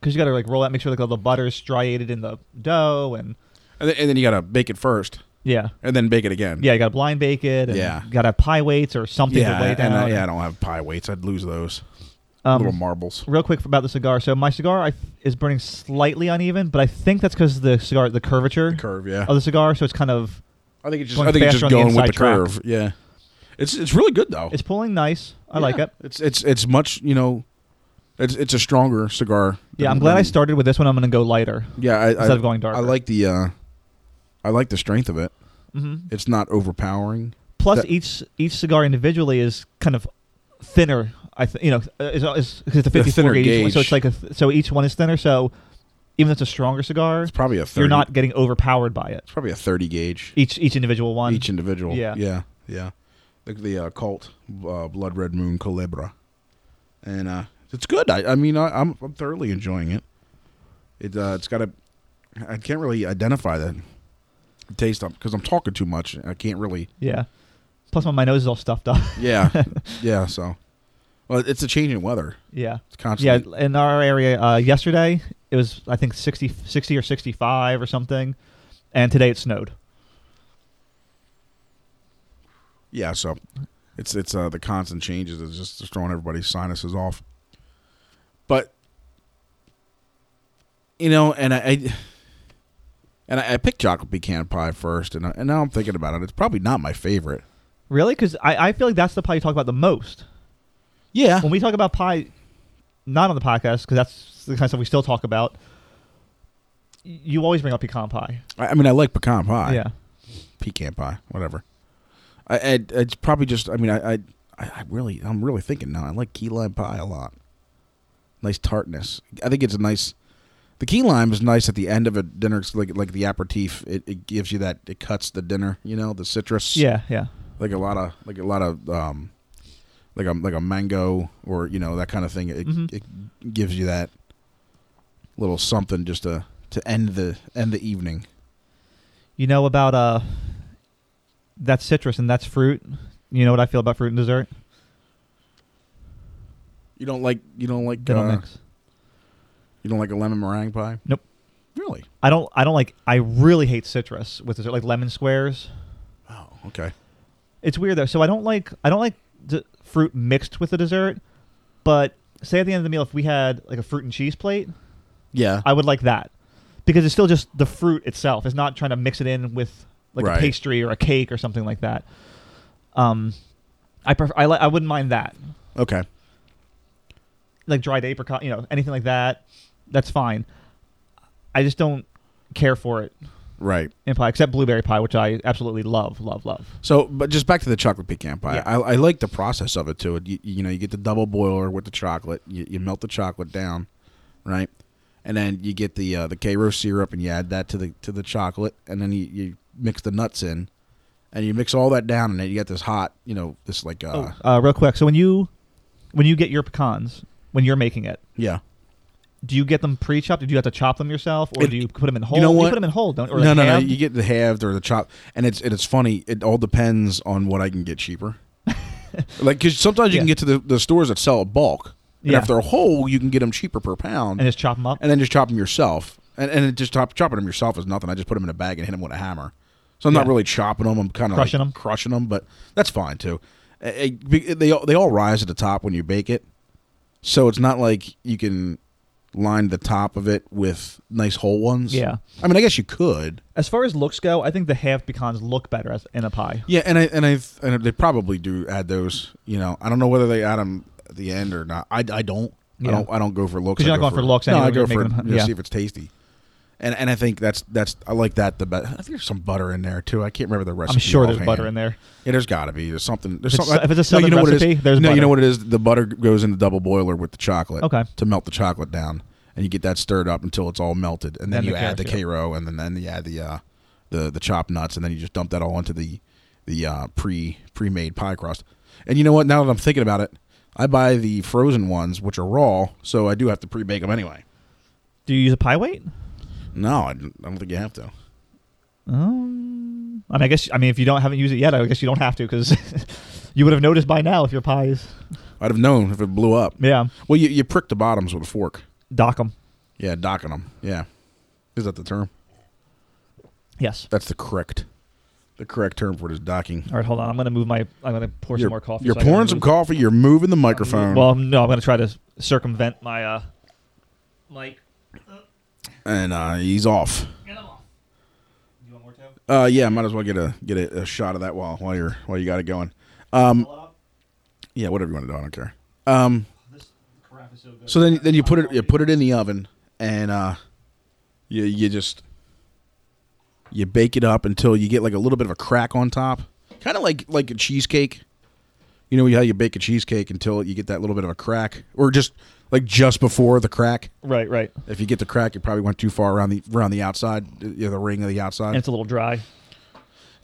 S1: Because you got to like roll out, make sure like all the butter is striated in the dough, and
S2: And then, and then you gotta bake it first,
S1: yeah,
S2: and then bake it again.
S1: yeah, you got to blind bake it. And
S2: Yeah.
S1: you got to have pie weights or something
S2: yeah.
S1: to weigh
S2: and
S1: down.
S2: I, yeah, I don't have pie weights. I'd lose those
S1: Um,
S2: little marbles.
S1: real quick about the cigar. So my cigar I, is burning slightly uneven, but I think that's because the cigar, the curvature
S2: The curve, yeah.
S1: of the cigar. So it's kind of
S2: I think it's just
S1: going
S2: I think it's
S1: faster
S2: just
S1: on the
S2: going with
S1: inside
S2: the
S1: track.
S2: curve. Yeah, it's it's really good though.
S1: it's pulling nice. I
S2: Yeah.
S1: like it.
S2: It's it's it's much you know, it's it's a stronger cigar.
S1: Yeah,
S2: than-
S1: I'm glad I
S2: than-
S1: started with this one. I'm gonna go lighter
S2: Yeah, I,
S1: instead
S2: I,
S1: of going darker.
S2: I like the uh, I like the strength of it.
S1: hmm
S2: It's not overpowering.
S1: Plus,
S2: That-
S1: each each cigar individually is kind of thinner. I th- you know uh, is is because it's a 54
S2: The thinner
S1: gauge, each one, so
S2: gauge.
S1: it's like a th- so each one is thinner. So even if it's a stronger cigar,
S2: It's probably a 30,
S1: you're not getting overpowered by it.
S2: It's probably a thirty gauge.
S1: Each each individual one.
S2: Each individual.
S1: Yeah.
S2: yeah, yeah. Like the uh, cult uh, blood red moon culebra, and uh, it's good. I, I mean, I, I'm I'm thoroughly enjoying it. It uh, it's got a. I can't really identify the taste because I'm talking too much. I can't really.
S1: Yeah. Plus, my, my nose is all stuffed up.
S2: (laughs) Yeah, yeah. So, well, it's a change in weather.
S1: (laughs) yeah.
S2: It's constantly.
S1: Yeah, in our area uh, yesterday, it was I think 60, 60 or 65 or something, and today it snowed.
S2: Yeah. so it's it's uh, the constant changes is just, just throwing everybody's sinuses off. But you know, and I, I and I, I picked chocolate pecan pie first, and I, and now I'm thinking about it. It's probably not my favorite.
S1: Really? Because I, I feel like that's the pie you talk about the most.
S2: Yeah.
S1: When we talk about pie, not on the podcast, because that's the kind of stuff we still talk about, y- you always bring up pecan pie.
S2: I, I mean, I like pecan pie.
S1: Yeah.
S2: Pecan pie, whatever. I, I it's probably just. I mean, I, I I I really I'm really thinking now. I like key lime pie a lot. Nice tartness. I think it's a nice The key lime is nice at the end of a dinner, it's like like the aperitif. It, it gives you that. It cuts the dinner. You know the citrus.
S1: Yeah, yeah.
S2: Like a lot of like a lot of um, like a like a mango or you know that kind of thing. It,
S1: Mhm.
S2: it gives you that little something just to to end the end the evening.
S1: You know about uh that's citrus and that's fruit. You know what I feel about fruit and dessert?
S2: You don't like you don't like
S1: They don't
S2: uh,
S1: mix.
S2: you don't like a lemon meringue pie.
S1: Nope.
S2: Really?
S1: I don't I don't like I really hate citrus with dessert like lemon squares.
S2: Oh, okay.
S1: It's weird though. So I don't like I don't like d- fruit mixed with a dessert, but say at the end of the meal if we had like a fruit and cheese plate,
S2: Yeah.
S1: I would like that. Because it's still just the fruit itself. It's not trying to mix it in with like
S2: Right.
S1: a pastry or a cake or something like that. Um I prefer I li- I wouldn't mind that.
S2: okay.
S1: like dried apricot, you know, anything like that, that's fine. I just don't care for it
S2: Right.
S1: in pie, except blueberry pie, which I absolutely love, love, love.
S2: So, but just back to the chocolate pecan pie.
S1: Yeah.
S2: I, I like the process of it too. You, you know, you get the double boiler with the chocolate. You, you melt the chocolate down, right? And then you get the uh, the Cairo syrup, and you add that to the to the chocolate, and then you, you mix the nuts in, and you mix all that down, and then you get this hot, you know, this like uh,
S1: oh, uh, real quick. So when you when you get your pecans, when you're making it,
S2: yeah.
S1: do you get them pre-chopped? Do you have to chop them yourself, or
S2: It-
S1: do you put them in whole?
S2: know what?
S1: put them in whole, don't or
S2: no,
S1: like
S2: no, no.
S1: halved?
S2: You get the halved or the chop, and it's and it's funny. It all depends on what I can
S1: (laughs)
S2: get cheaper. like, because sometimes you
S1: Yeah.
S2: can get to the, the stores that sell a bulk, and
S1: Yeah.
S2: if they're whole, you can get them cheaper per pound,
S1: and just chop them up.
S2: and then just chop them yourself. And, and it just chop, chopping them yourself is nothing. I just put them in a bag and hit them with a hammer. So I'm not
S1: Yeah.
S2: really chopping them. I'm kind of
S1: Crushing
S2: like
S1: 'em.
S2: crushing them, but that's fine too. Eh, eh, be- they all- they all rise at the top when you bake it, so it's not like you can line the top of it with nice whole ones.
S1: Yeah.
S2: I mean, I guess you could.
S1: As far as looks go, I think the half pecans look better as in a pie.
S2: Yeah, and I and I and they probably do add those. You know, I don't know whether they add them at the end or not. I, I don't. I
S1: Yeah.
S2: don't. I don't go for looks.
S1: 'Cause you're
S2: I
S1: not
S2: go
S1: going for looks
S2: No,
S1: anyway
S2: I go
S1: when you're
S2: for
S1: making 'em,
S2: you know,
S1: yeah.
S2: see if it's tasty. And and I think that's that's I like that the best. I think there's some butter in there too. I can't remember the recipe.
S1: I'm sure there's butter in there.
S2: Yeah, there's got to be. There's something. There's
S1: If it's-
S2: something.
S1: if it's a
S2: no, you
S1: southern
S2: know what it is?
S1: recipe, there's
S2: no. You know
S1: butter.
S2: what it is? The butter goes in the double boiler with the chocolate.
S1: Okay.
S2: To melt the chocolate down, and you get that stirred up until it's all melted, and
S1: Then
S2: then, you
S1: the
S2: add the
S1: carrot syrup.
S2: Cairo, and then then you add the uh, the the chopped nuts, and then you just dump that all into the the uh, pre pre made pie crust. And you know what? Now that I'm thinking about it, I buy the frozen ones, which are raw, so I do have to pre bake them anyway.
S1: Do you use a pie weight?
S2: No, I don't I don't think you have to.
S1: Um, I mean, I guess I mean if you don't haven't used it yet, I guess you don't have to because (laughs) you would have noticed by now if your pie is
S2: I'd have known if it blew up.
S1: yeah
S2: Well, you you prick the bottoms with a fork.
S1: dock 'em.
S2: Yeah, docking them. Yeah, is that the term?
S1: Yes.
S2: That's the correct, the correct term for it is docking.
S1: All right, hold on. I'm gonna move my. I'm gonna pour
S2: you're
S1: some more coffee.
S2: you're
S1: so I can
S2: pouring
S1: move-
S2: some coffee. You're moving the microphone.
S1: Well, no, I'm gonna try to circumvent my uh, mic.
S2: and uh, he's off.
S1: Get 'em off. You want more too?
S2: Uh, yeah, might as well get a get a, a shot of that while while you're while you got it going. Um,
S1: Fill it up.
S2: Yeah, whatever you want to do, I don't care. Um,
S1: This carafe is so good.
S2: so then then you put it you put it in the oven and uh, you you just you bake it up until you get like a little bit of a crack on top, kind of like like a cheesecake. You know how you bake a cheesecake until you get that little bit of a crack, or just like just before the crack.
S1: Right, right.
S2: If you get the crack, you probably went too far around the around the outside, you know, the ring of the outside.
S1: And it's a little dry.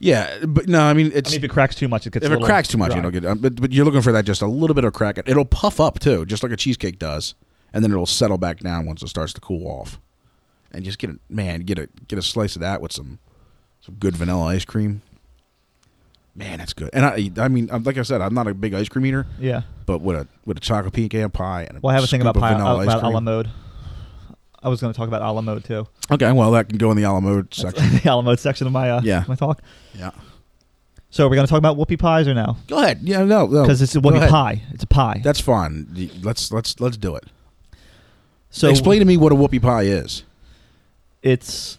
S2: yeah, but no, I mean
S1: I
S2: it's
S1: mean, if it cracks too much, it gets.
S2: if
S1: a
S2: it
S1: little
S2: cracks too much,
S1: dry.
S2: you don't get. um, But, but you're looking for that just a little bit of crack. It'll puff up too, just like a cheesecake does, and then it'll settle back down once it starts to cool off. And just get a man, get a get a slice of that with some some good vanilla ice cream. Man, that's good. And I, I mean, I'm- like I said, I'm not a big ice cream eater,
S1: Yeah.
S2: but with a with a chocolate pecan pie and a
S1: Well, I have a thing about
S2: scoop of
S1: pie
S2: vanilla
S1: uh,
S2: ice
S1: about a
S2: cream.
S1: la mode. I was gonna talk about a la mode
S2: (laughs)
S1: too.
S2: Okay, well, that can go in the a la mode section.
S1: the a la mode section of my uh,
S2: Yeah.
S1: my talk.
S2: (laughs) Yeah.
S1: So are we gonna talk about whoopie pies or no?
S2: Go ahead. Yeah, no, no.
S1: Because it's a
S2: Oh, Go
S1: whoopie
S2: ahead.
S1: pie. It's a pie.
S2: That's fine. Y- Let's let's let's do it.
S1: so
S2: Explain to me what a whoopie pie is.
S1: It's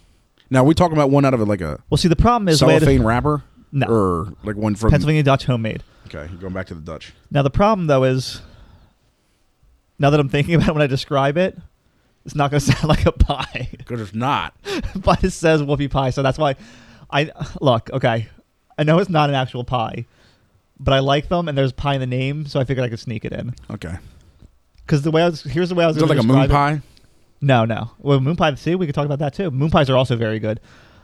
S2: Now we talking about one out of like a
S1: well. See, the problem is way to-
S2: cellophane wrapper,
S1: No.
S2: or like one from
S1: Pennsylvania Dutch homemade.
S2: Okay, you're going back to the Dutch.
S1: Now the problem though is, now that I'm thinking about it when I describe it, it's not going to (laughs) sound like a pie, (laughs)
S2: Because it's not.
S1: but it says whoopie pie, so that's why. I look okay. I know it's not an actual pie, but I like them, and there's pie in the name, so I figured I could sneak it in.
S2: Okay,
S1: Because the way I was here's the way I was
S2: is it
S1: gonna
S2: like a moon
S1: describe
S2: pie?
S1: it. No, no. Well, moon pie. See, we could talk about that too. Moon pies are also very good.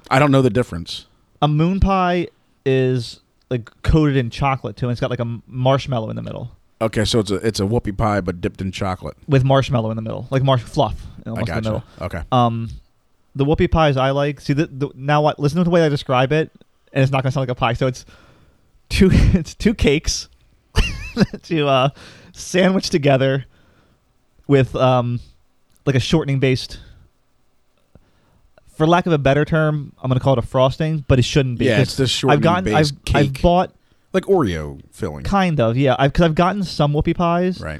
S2: I don't know the difference.
S1: A moon pie is like coated in chocolate too, and it's got like a m- marshmallow in the middle
S2: Okay, so it's a it's a whoopie pie but dipped in chocolate.
S1: with marshmallow in the middle, like marsh fluff almost
S2: I
S1: in the middle.
S2: gotcha. Okay.
S1: Um, the whoopie pies I like. See, the, the now what? Listen to the way I describe it, and it's not gonna sound like a pie. So it's two (laughs) it's two cakes (laughs) to uh, sandwich together with um, like a shortening based. For lack of a better term, I'm gonna call it a frosting, but it shouldn't be.
S2: Yeah,
S1: 'cause
S2: it's this short
S1: I've gotten, I've,
S2: based
S1: I've
S2: cake,
S1: bought
S2: like Oreo filling.
S1: kind of, yeah, because I've gotten some whoopie pies
S2: Right.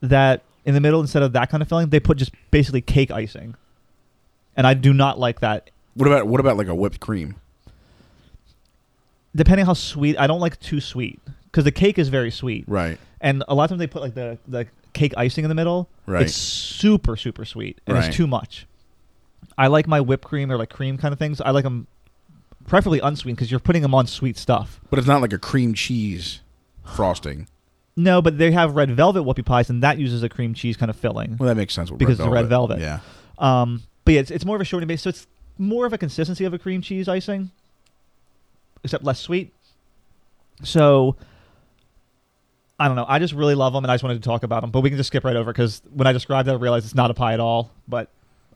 S1: that in the middle instead of that kind of filling, they put just basically cake icing, and I do not like that
S2: What about what about like a whipped cream?
S1: depending how sweet i don't like too sweet because the cake is very sweet
S2: Right.
S1: and a lot of times they put like the, the cake icing in the middle
S2: Right.
S1: it's super super sweet and
S2: Right.
S1: it's too much i like my whipped cream or like cream kind of things i like them preferably unsweetened because you're putting them on sweet stuff
S2: But it's not like a cream cheese frosting.
S1: no but they have red velvet whoopie pies and that uses a cream cheese kind of filling
S2: Well, that makes sense with
S1: Because
S2: red
S1: it's red
S2: velvet.
S1: velvet.
S2: Yeah.
S1: um, but yeah it's, it's more of a shortening base so it's more of a consistency of a cream cheese icing except less sweet so I don't know. I just really love them, and I just wanted to talk about them. But we can just skip right over because when I described it, I realized it's not a pie at all. But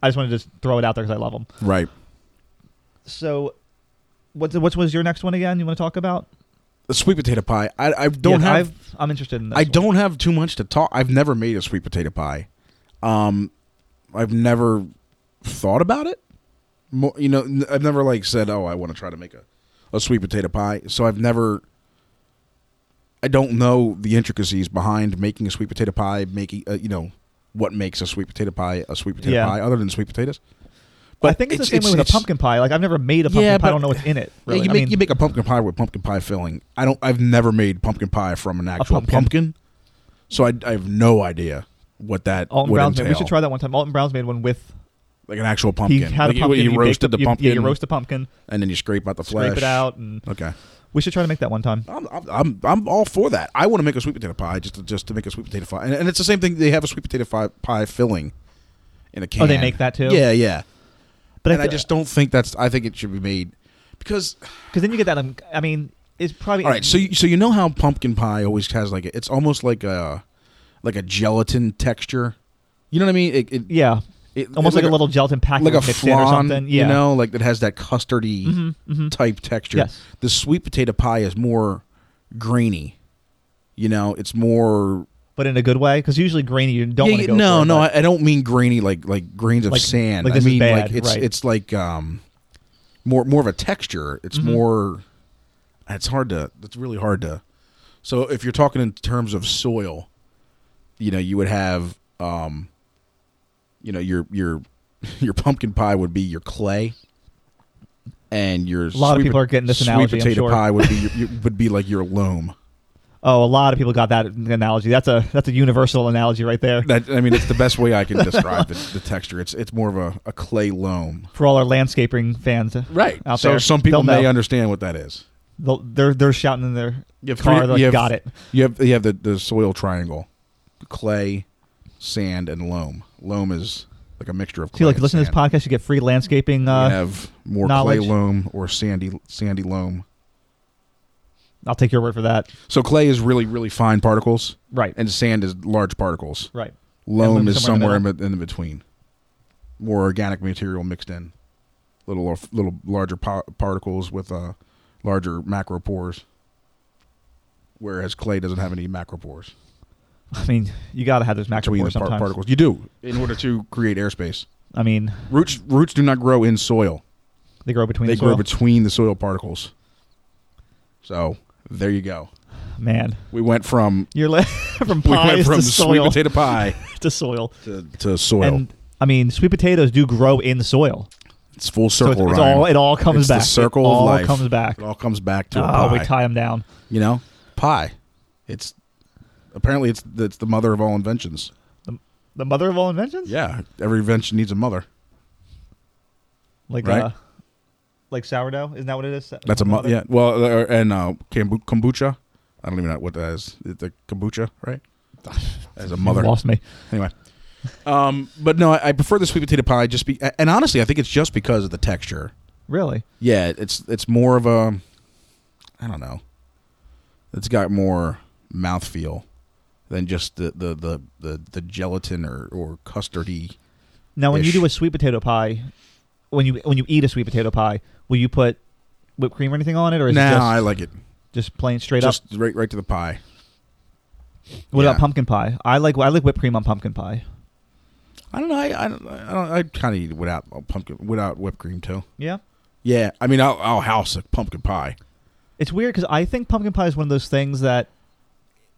S1: I just wanted to just throw it out there because I love them.
S2: Right.
S1: So, what what was your next one again? You want to talk about?
S2: The sweet potato pie. I I don't
S1: Yeah,
S2: have
S1: I've, I'm interested in. This
S2: I
S1: one.
S2: don't have too much to talk. I've never made a sweet potato pie. Um, I've never thought about it. Mo you know, n- I've never like said, "Oh, I want to try to make a, a sweet potato pie." So I've never. I don't know the intricacies behind making a sweet potato pie. Making uh, you know what makes a sweet potato pie a sweet potato
S1: Yeah.
S2: pie, other than sweet potatoes.
S1: I think it's, the same way with a pumpkin pie. Like I've never made a pumpkin
S2: Yeah,
S1: pie. I
S2: but-
S1: don't know what's in it.
S2: Yeah,
S1: Really.
S2: you
S1: I
S2: make
S1: mean,
S2: you make a pumpkin pie with pumpkin pie filling. I don't. I've never made pumpkin pie from an actual pumpkin.
S1: pumpkin.
S2: so I, I have no idea what that
S1: Alton
S2: would
S1: Brown's made.
S2: entail.
S1: We should try that one time. Alton Brown's made one with.
S2: like an actual pumpkin.
S1: He had
S2: Like,
S1: a
S2: you-
S1: pumpkin.
S2: You,
S1: he baked
S2: roasted
S1: it-
S2: the
S1: you-
S2: pumpkin.
S1: Yeah, you roast the pumpkin,
S2: and then you scrape out the flesh.
S1: scrape it out, and
S2: Okay,
S1: we should try to make that one time.
S2: I'm, I'm- I'm, I'm all for that. I want to make a sweet potato pie just to, just to make a sweet potato pie, and, and it's the same thing. They have a sweet potato pie, pie filling in a can.
S1: Oh, they make that too?
S2: Yeah, yeah.
S1: But
S2: and I just don't think that's. I think it should be made because
S1: because then you get that. um, I mean, it's probably
S2: All right, so you, so you know how pumpkin pie always has like a, it's almost like a like a gelatin texture. You know what I mean? It, it,
S1: yeah,
S2: it-
S1: almost like,
S2: it's
S1: a little gelatin packet
S2: like a
S1: mixed in or
S2: flan,
S1: something. Yeah.
S2: you know, like that has that custardy
S1: Mm-hmm, mm-hmm.
S2: type texture.
S1: Yes.
S2: The sweet potato pie is more grainy. You know, it's more.
S1: But in a good way, because usually grainy, you don't
S2: Yeah,
S1: want
S2: yeah,
S1: to go.
S2: no,
S1: for it,
S2: no,
S1: but-
S2: I, I don't mean grainy like like grains of
S1: Like-
S2: sand.
S1: like
S2: I
S1: this is
S2: mean
S1: bad,
S2: like it's
S1: right.
S2: it's like um more more of a texture. It's
S1: Mm-hmm.
S2: more. It's hard to. It's really hard to. So if you're talking in terms of soil, you know you would have um, you know your your (laughs) your pumpkin pie would be your clay. And your
S1: A lot of
S2: sweet
S1: people
S2: pot-
S1: are getting this
S2: sweet
S1: analogy, I'm
S2: potato
S1: sure.
S2: pie would be your, your- would be like your loam.
S1: oh, a lot of people got that analogy. That's a that's a universal analogy right there.
S2: That I mean, it's the best way
S1: (laughs)
S2: I can describe the, the texture. It's it's more of a, a clay loam.
S1: For all our landscaping fans, uh,
S2: right
S1: out
S2: so
S1: there.
S2: some people
S1: They'll
S2: may
S1: know.
S2: understand what that is
S1: they'll- they're they're shouting in their
S2: you have
S1: car. They're
S2: three-
S1: like,
S2: you have-
S1: got it.
S2: you have you have the, the soil triangle clay sand and loam loam is like a mixture of clay
S1: See, like
S2: and
S1: listen to this
S2: sand.
S1: podcast, you get free landscaping.
S2: you
S1: Uh,
S2: have more
S1: knowledge.
S2: clay loam or sandy sandy loam
S1: I'll take your word for that.
S2: so clay is really really fine particles
S1: Right,
S2: and sand is large particles
S1: right.
S2: loam
S1: loam's
S2: is somewhere
S1: somewhere in
S2: in,
S1: the
S2: be- in between more organic material mixed in little little larger po- particles with uh, larger macropores whereas clay doesn't have any macropores
S1: I mean, you got to have those
S2: between
S1: macropores
S2: the par-
S1: sometimes.
S2: particles. You do in order to create airspace.
S1: I mean,
S2: Roots roots do not grow in soil.
S1: they grow between
S2: they
S1: the soil.
S2: grow between the soil particles. So there you go.
S1: Man,
S2: We went from
S1: you're li- (laughs) from
S2: we went
S1: pies
S2: from
S1: to
S2: sweet
S1: soil (laughs)
S2: potato pie
S1: to soil.
S2: to, to soil.
S1: And I mean, sweet potatoes do grow in soil.
S2: it's full
S1: So
S2: circle.
S1: it's, it's
S2: Ryan.
S1: all it all comes
S2: It's the
S1: back.
S2: circle
S1: it
S2: of
S1: all
S2: life.
S1: comes back.
S2: It all comes back to a
S1: Oh, we
S2: pie.
S1: tie them down.
S2: you know, pie. It's apparently it's it's the mother of all inventions.
S1: The mother of all inventions.
S2: Yeah, every invention needs a mother.
S1: Like
S2: Right.
S1: uh, like sourdough. Isn't that what it is? Sa-
S2: That's a mo-
S1: mother?
S2: yeah. Well, uh, and uh, kombu- kombucha. I don't even know what that is. It's The kombucha, right? (laughs) As a
S1: You
S2: mother.
S1: lost me.
S2: Anyway, Um, but no, I, I prefer the sweet potato pie. Just be, and honestly, I think it's just because of the texture.
S1: Really?
S2: Yeah, it's it's more of a, I don't know. It's got more mouthfeel than just the the the the, the gelatin or or custardy.
S1: Now, when you
S2: Ish.
S1: do a sweet potato pie, when you when you eat a sweet potato pie, will you put whipped cream or anything on it, or is
S2: Nah,
S1: it just,
S2: I like it.
S1: just plain straight
S2: Just right right to the pie.
S1: up? What
S2: yeah.
S1: about pumpkin pie? I like I like whipped cream on pumpkin pie.
S2: I don't know. I I don't, I, don't, I kind of eat it without pumpkin without whipped cream too.
S1: Yeah,
S2: Yeah, I mean, I'll, I'll house a pumpkin pie.
S1: it's weird because I think pumpkin pie is one of those things that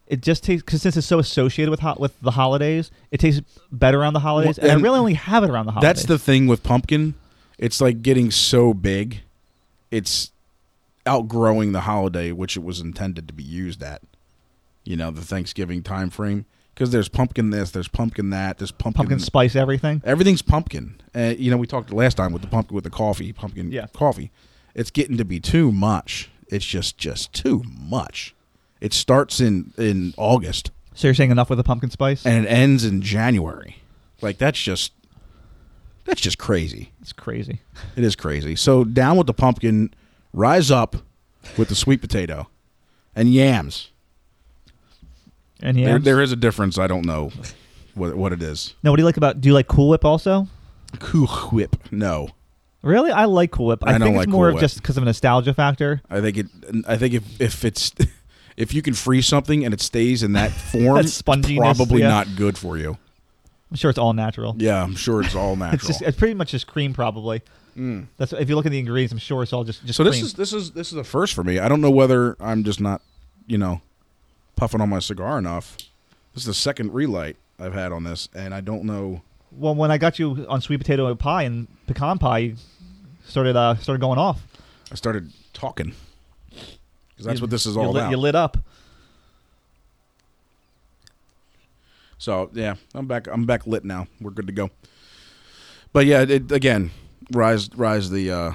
S1: it just tastes because since it's so associated with ho- with the holidays, it tastes better around the holidays, and,
S2: and
S1: I really only have it around the holidays.
S2: That's the thing with pumpkin. It's like getting so big, it's outgrowing the holiday which it was intended to be used at. You know, the Thanksgiving time frame because there's pumpkin this, there's pumpkin that, there's pumpkin.
S1: pumpkin spice everything.
S2: Everything's pumpkin. Uh, you know, we talked last time with the pumpkin with the coffee, pumpkin
S1: Yeah.
S2: coffee. It's getting to be too much. It's just just too much. It starts in in August
S1: So you're saying enough with the pumpkin spice?
S2: and it ends in January. Like that's just that's just crazy.
S1: it's crazy.
S2: It is crazy. So down with the pumpkin, rise up with the sweet potato and yams.
S1: And yeah,
S2: There, there is a difference. I don't know what what it is.
S1: now what do you like about? Do you like Cool Whip also?
S2: Cool whip. No,
S1: Really, I like Cool Whip. I,
S2: I
S1: think
S2: don't
S1: it's
S2: like
S1: more
S2: Cool
S1: of
S2: Whip.
S1: just because of nostalgia factor.
S2: I think it. I think if if it's (laughs) if you can freeze something and it stays in that
S1: (laughs)
S2: form,
S1: That
S2: it's
S1: sponginess,
S2: probably
S1: yeah.
S2: not good for you.
S1: I'm sure it's all natural.
S2: Yeah, I'm sure
S1: (laughs)
S2: it's all natural.
S1: It's just it's pretty much just cream probably.
S2: Mm.
S1: That's if you look at the ingredients, I'm sure it's all just just
S2: so this
S1: cream.
S2: is this is this is a first for me. I don't know whether I'm just not, you know, puffing on my cigar enough. This is the second relight I've had on this, and I don't know.
S1: well, when I got you on sweet potato pie and pecan pie, you started uh started going off.
S2: I started talking because that's
S1: You-
S2: what this is
S1: you
S2: all
S1: lit-
S2: about.
S1: You lit up.
S2: So yeah, I'm back. I'm back lit now. We're good to go. But yeah, it, again, rise, rise the, uh,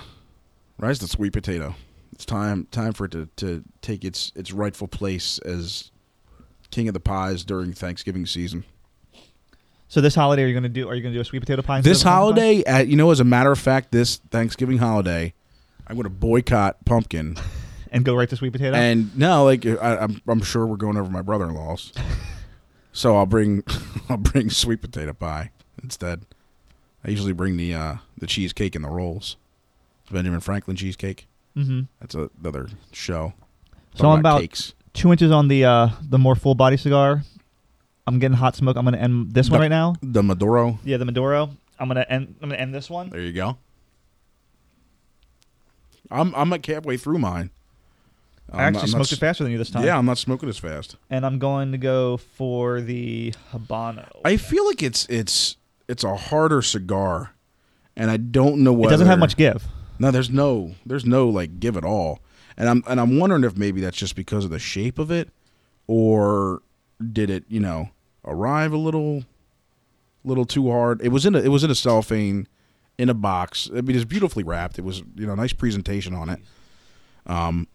S2: rise the sweet potato. It's time, time for it to, to take its its rightful place as king of the pies during Thanksgiving season.
S1: So this holiday, are you gonna do? Are you gonna do a sweet potato pie? instead
S2: This
S1: of pumpkin pie?
S2: holiday, uh you know, as a matter of fact, this Thanksgiving holiday, I'm going to boycott pumpkin.
S1: and go right to sweet potato.
S2: And no, like I, I'm, I'm sure we're going over
S1: (laughs)
S2: my brother-in-law's, so I'll bring, (laughs) I'll bring sweet potato pie instead. I usually bring the uh, the cheesecake and the rolls, Benjamin Franklin cheesecake.
S1: mm-hmm.
S2: That's a- another show.
S1: So I'm about
S2: cakes.
S1: two inches on the uh the more full body cigar. I'm getting hot smoke. I'm gonna end this one
S2: The-
S1: right now.
S2: the Maduro.
S1: Yeah, the Maduro. I'm gonna end. I'm gonna end this one.
S2: There you go. I'm I'm like halfway through mine.
S1: I
S2: I'm
S1: actually
S2: not- I'm not
S1: smoked
S2: s-
S1: it faster than you this time.
S2: Yeah, I'm not smoking as fast.
S1: and I'm going to go for the Habano.
S2: I feel like it's it's it's a harder cigar, and I don't know
S1: it
S2: what
S1: doesn't have much give.
S2: No, there's no there's no like give at all. And I'm and I'm wondering if maybe that's just because of the shape of it or did it, you know, arrive a little little too hard. It was in a it was in a cellophane in a box. I mean, it's beautifully wrapped. It was, you know, nice presentation on it. Um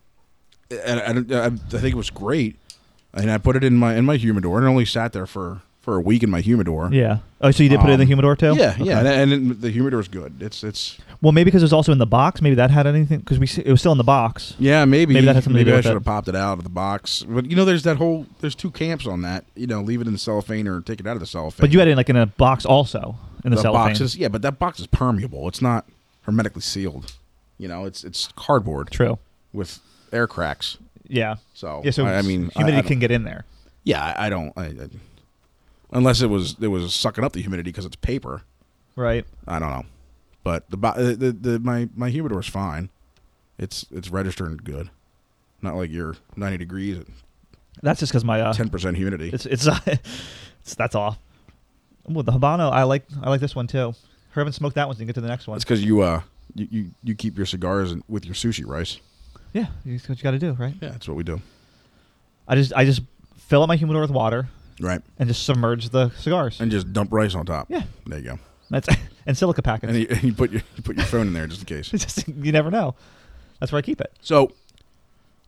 S2: and I, don't- I, I think it was great. And I put it in my in my humidor and it only sat there for for a week in my humidor.
S1: Yeah. Oh, so you did put it in the
S2: Um,
S1: humidor too?
S2: Yeah, yeah,
S1: Okay.
S2: and, and the humidor's good. It's it's
S1: Well, maybe because it was also in the box. Maybe that had anything because we s- it was still in the box.
S2: Yeah, maybe.
S1: Maybe that had something to
S2: Maybe
S1: do
S2: I
S1: with
S2: should
S1: it.
S2: have popped it out of the box. But you know, there's that whole there's two camps on that. You know, leave it in the cellophane or take it out of the cellophane.
S1: But you had it like in a box also in the,
S2: the
S1: cellophane.
S2: box is yeah, but that box is permeable. It's not hermetically sealed. You know, it's it's cardboard
S1: True.
S2: with air cracks.
S1: Yeah.
S2: So
S1: Yeah. So
S2: Oh, I, I mean, I-
S1: humidity
S2: I, don't-
S1: can get in there.
S2: Yeah, I, I don't. I, I, unless it was it was sucking up the humidity because it's paper.
S1: Right.
S2: I don't know. But the bo- the, the, the my my humidor's fine. It's it's registering good. Not like you're 90 degrees at
S1: That's just because my uh,
S2: 10% humidity.
S1: it's it's, (laughs) it's that's off. Well, the Habano, I like I like this one too. I haven't smoked that one. So you can get to the next one.
S2: That's because you uh you, you you keep your cigars in- with your sushi rice.
S1: Yeah, that's what you got to do, right?
S2: Yeah, that's what we do.
S1: I just I just fill up my humidor with water
S2: Right,
S1: and just submerge the cigars.
S2: and just dump rice on top.
S1: yeah,
S2: There you go.
S1: that's (laughs) and silica packets. (laughs)
S2: And you, and you (laughs) put your you put your phone in there just in case.
S1: It's just you never know. That's where I keep it.
S2: So,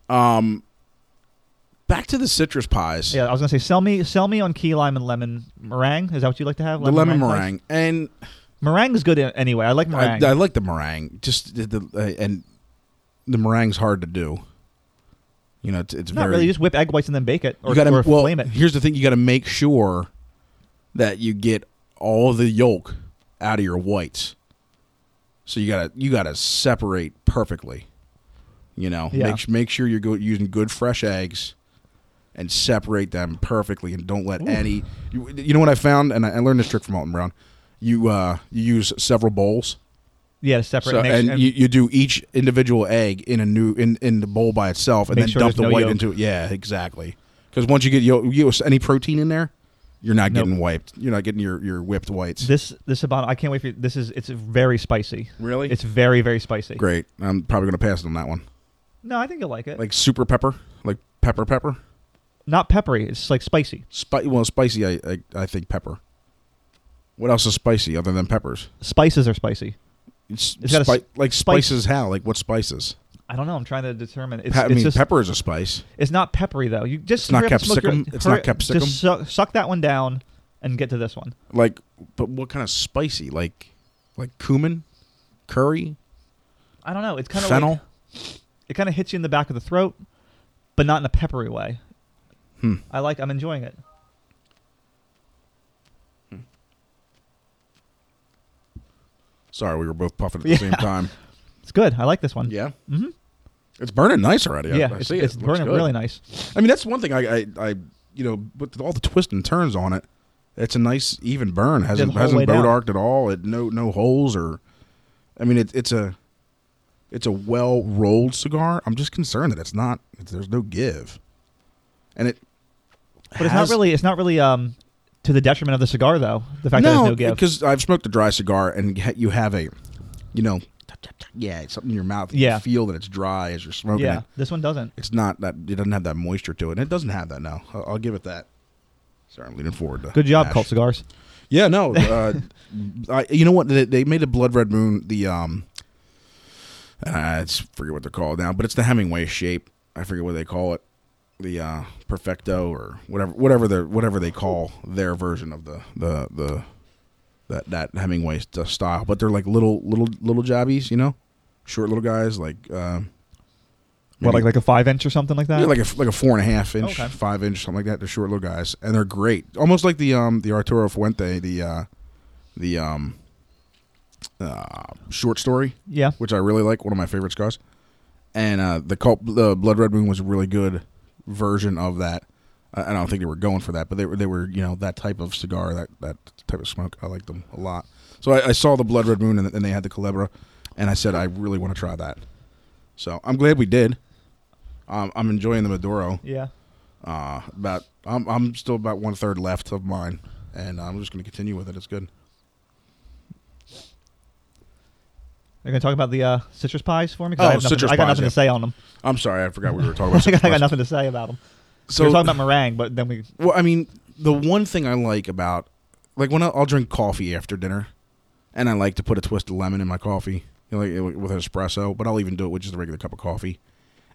S2: um, Back to the citrus pies.
S1: Yeah, I was gonna say sell me sell me on key lime and lemon meringue. Is that what you like to have?
S2: the lemon
S1: pies?
S2: meringue, and
S1: Meringue's good a- anyway. I like
S2: I,
S1: meringue.
S2: I like the meringue. Just the, the uh, and the meringue's hard to do. You know, it's, it's
S1: Not
S2: very.
S1: really. Just whip egg whites and then bake it, or,
S2: you gotta,
S1: or
S2: well,
S1: flame it.
S2: Here's the thing: you got to make sure that you get all the yolk out of your whites. So you gotta you gotta separate perfectly. You know,
S1: Yeah.
S2: make make sure you're go, using good fresh eggs, and separate them perfectly, and don't let any. You, you know what I found, and I, I learned this trick from Alton Brown. You uh, you use several bowls,
S1: Yeah, separate.
S2: so,
S1: make-
S2: and,
S1: and-
S2: you, you do each individual egg in a new in, in the bowl by itself, and
S1: Make
S2: then
S1: sure
S2: dump the
S1: there's no
S2: white
S1: yolk.
S2: into it. Yeah, exactly. Because once you get yo- you get any protein in there, you're not
S1: Nope.
S2: getting wiped. You're not getting your, your whipped whites.
S1: this this about I can't wait for you. This is it's very spicy.
S2: really?
S1: It's very very spicy.
S2: great. I'm probably gonna pass it on that one.
S1: No, I think you'll like it.
S2: Like super pepper, like pepper pepper.
S1: Not peppery. It's like spicy.
S2: Spi- well, spicy. I, I I think pepper. What else is spicy other than peppers?
S1: Spices are spicy.
S2: It's,
S1: It's got a
S2: spi-
S1: s-
S2: like
S1: spice.
S2: spices. How? Like what spices?
S1: I don't know. I'm trying to determine. It's,
S2: Pe- I
S1: it's
S2: mean,
S1: just
S2: pepper is a spice.
S1: it's not peppery though. You just
S2: It's not
S1: hurry up and smoke your-
S2: capsicum. It's not
S1: hurry-
S2: capsicum.
S1: Just suck, suck that one down and get to this one.
S2: Like, but what kind of spicy? Like, like cumin, curry,
S1: I don't know. It's kind of
S2: fennel.
S1: it kind of hits you in the back of the throat, but not in a peppery way.
S2: Hmm.
S1: I like. I'm enjoying it.
S2: Sorry, we were both puffing at the
S1: Yeah.
S2: same time.
S1: It's good. I like this one.
S2: Yeah,
S1: Mhm.
S2: it's burning nice already. I-
S1: Yeah,
S2: I,
S1: it's,
S2: see it.
S1: it's
S2: It looks
S1: burning
S2: good.
S1: really nice.
S2: I mean, that's one thing I, I, I, you know, with all the twists and turns on it, it's a nice even burn. Hasn't
S1: the whole way
S2: hasn't
S1: down.
S2: boat arced at all. It no no holes or, I mean, it, it's a, it's a well rolled cigar. I'm just concerned that it's not. There's no give, and it.
S1: But it's not
S2: has-
S1: really. It's not really um to the detriment of the cigar though. The fact that there's no give.
S2: because I've smoked a dry cigar and ha- you have a, you know, yeah, it's something in your mouth. You
S1: Yeah.
S2: feel that it's dry as you're smoking
S1: Yeah,
S2: it.
S1: this one doesn't.
S2: It's not that it doesn't have that moisture to it, and it doesn't have that now. I'll, I'll give it that. Sorry, I'm leaning forward. To
S1: Good job,
S2: Ash.
S1: Cult Cigars.
S2: Yeah, no. Uh, I, you know what? They, they made a Blood Red Moon. The um, uh, I s- forget what they're called now, but it's the Hemingway shape. I forget what they call it. The uh, Perfecto or whatever, whatever the whatever they call their version of the the the that that Hemingway st- style. But they're like little little little jabbies, you know, short little guys like. Uh,
S1: What,
S2: maybe-
S1: like like a five inch or something like that?
S2: yeah, like a like a four and a half inch,
S1: Okay.
S2: five inch, something like that. They're short little guys, and they're great. Almost like the um the Arturo Fuente, the uh the um uh short story,
S1: yeah.
S2: which I really like, one of my favorite cigars. And uh the cult, the Blood Red Moon was a really good version of that. I I don't think they were going for that, but they were they were you know that type of cigar, that that type of smoke. I like them a lot. So I, I saw the Blood Red Moon and, and they had the Culebra, and I said I really want to try that. So I'm glad we did. Um, I'm enjoying the Maduro.
S1: Yeah.
S2: Uh, about I'm I'm still about one third left of mine, and I'm just going to continue with it. It's good.
S1: You're gonna talk about the uh, citrus pies for me. 'Cause
S2: Oh,
S1: I, have nothing,
S2: citrus
S1: I got
S2: pies,
S1: nothing
S2: yeah.
S1: to say on them. (laughs)
S2: I'm sorry, I forgot we were talking
S1: I
S2: about.
S1: got, I got
S2: Supervisor.
S1: nothing to say about them.
S2: So
S1: we were talking about meringue, but then we.
S2: Well, I mean, the one thing I like about, like, when I'll, I'll drink coffee after dinner, and I like to put a twist of lemon in my coffee, you know, like with an espresso, but I'll even do it with just a regular cup of coffee.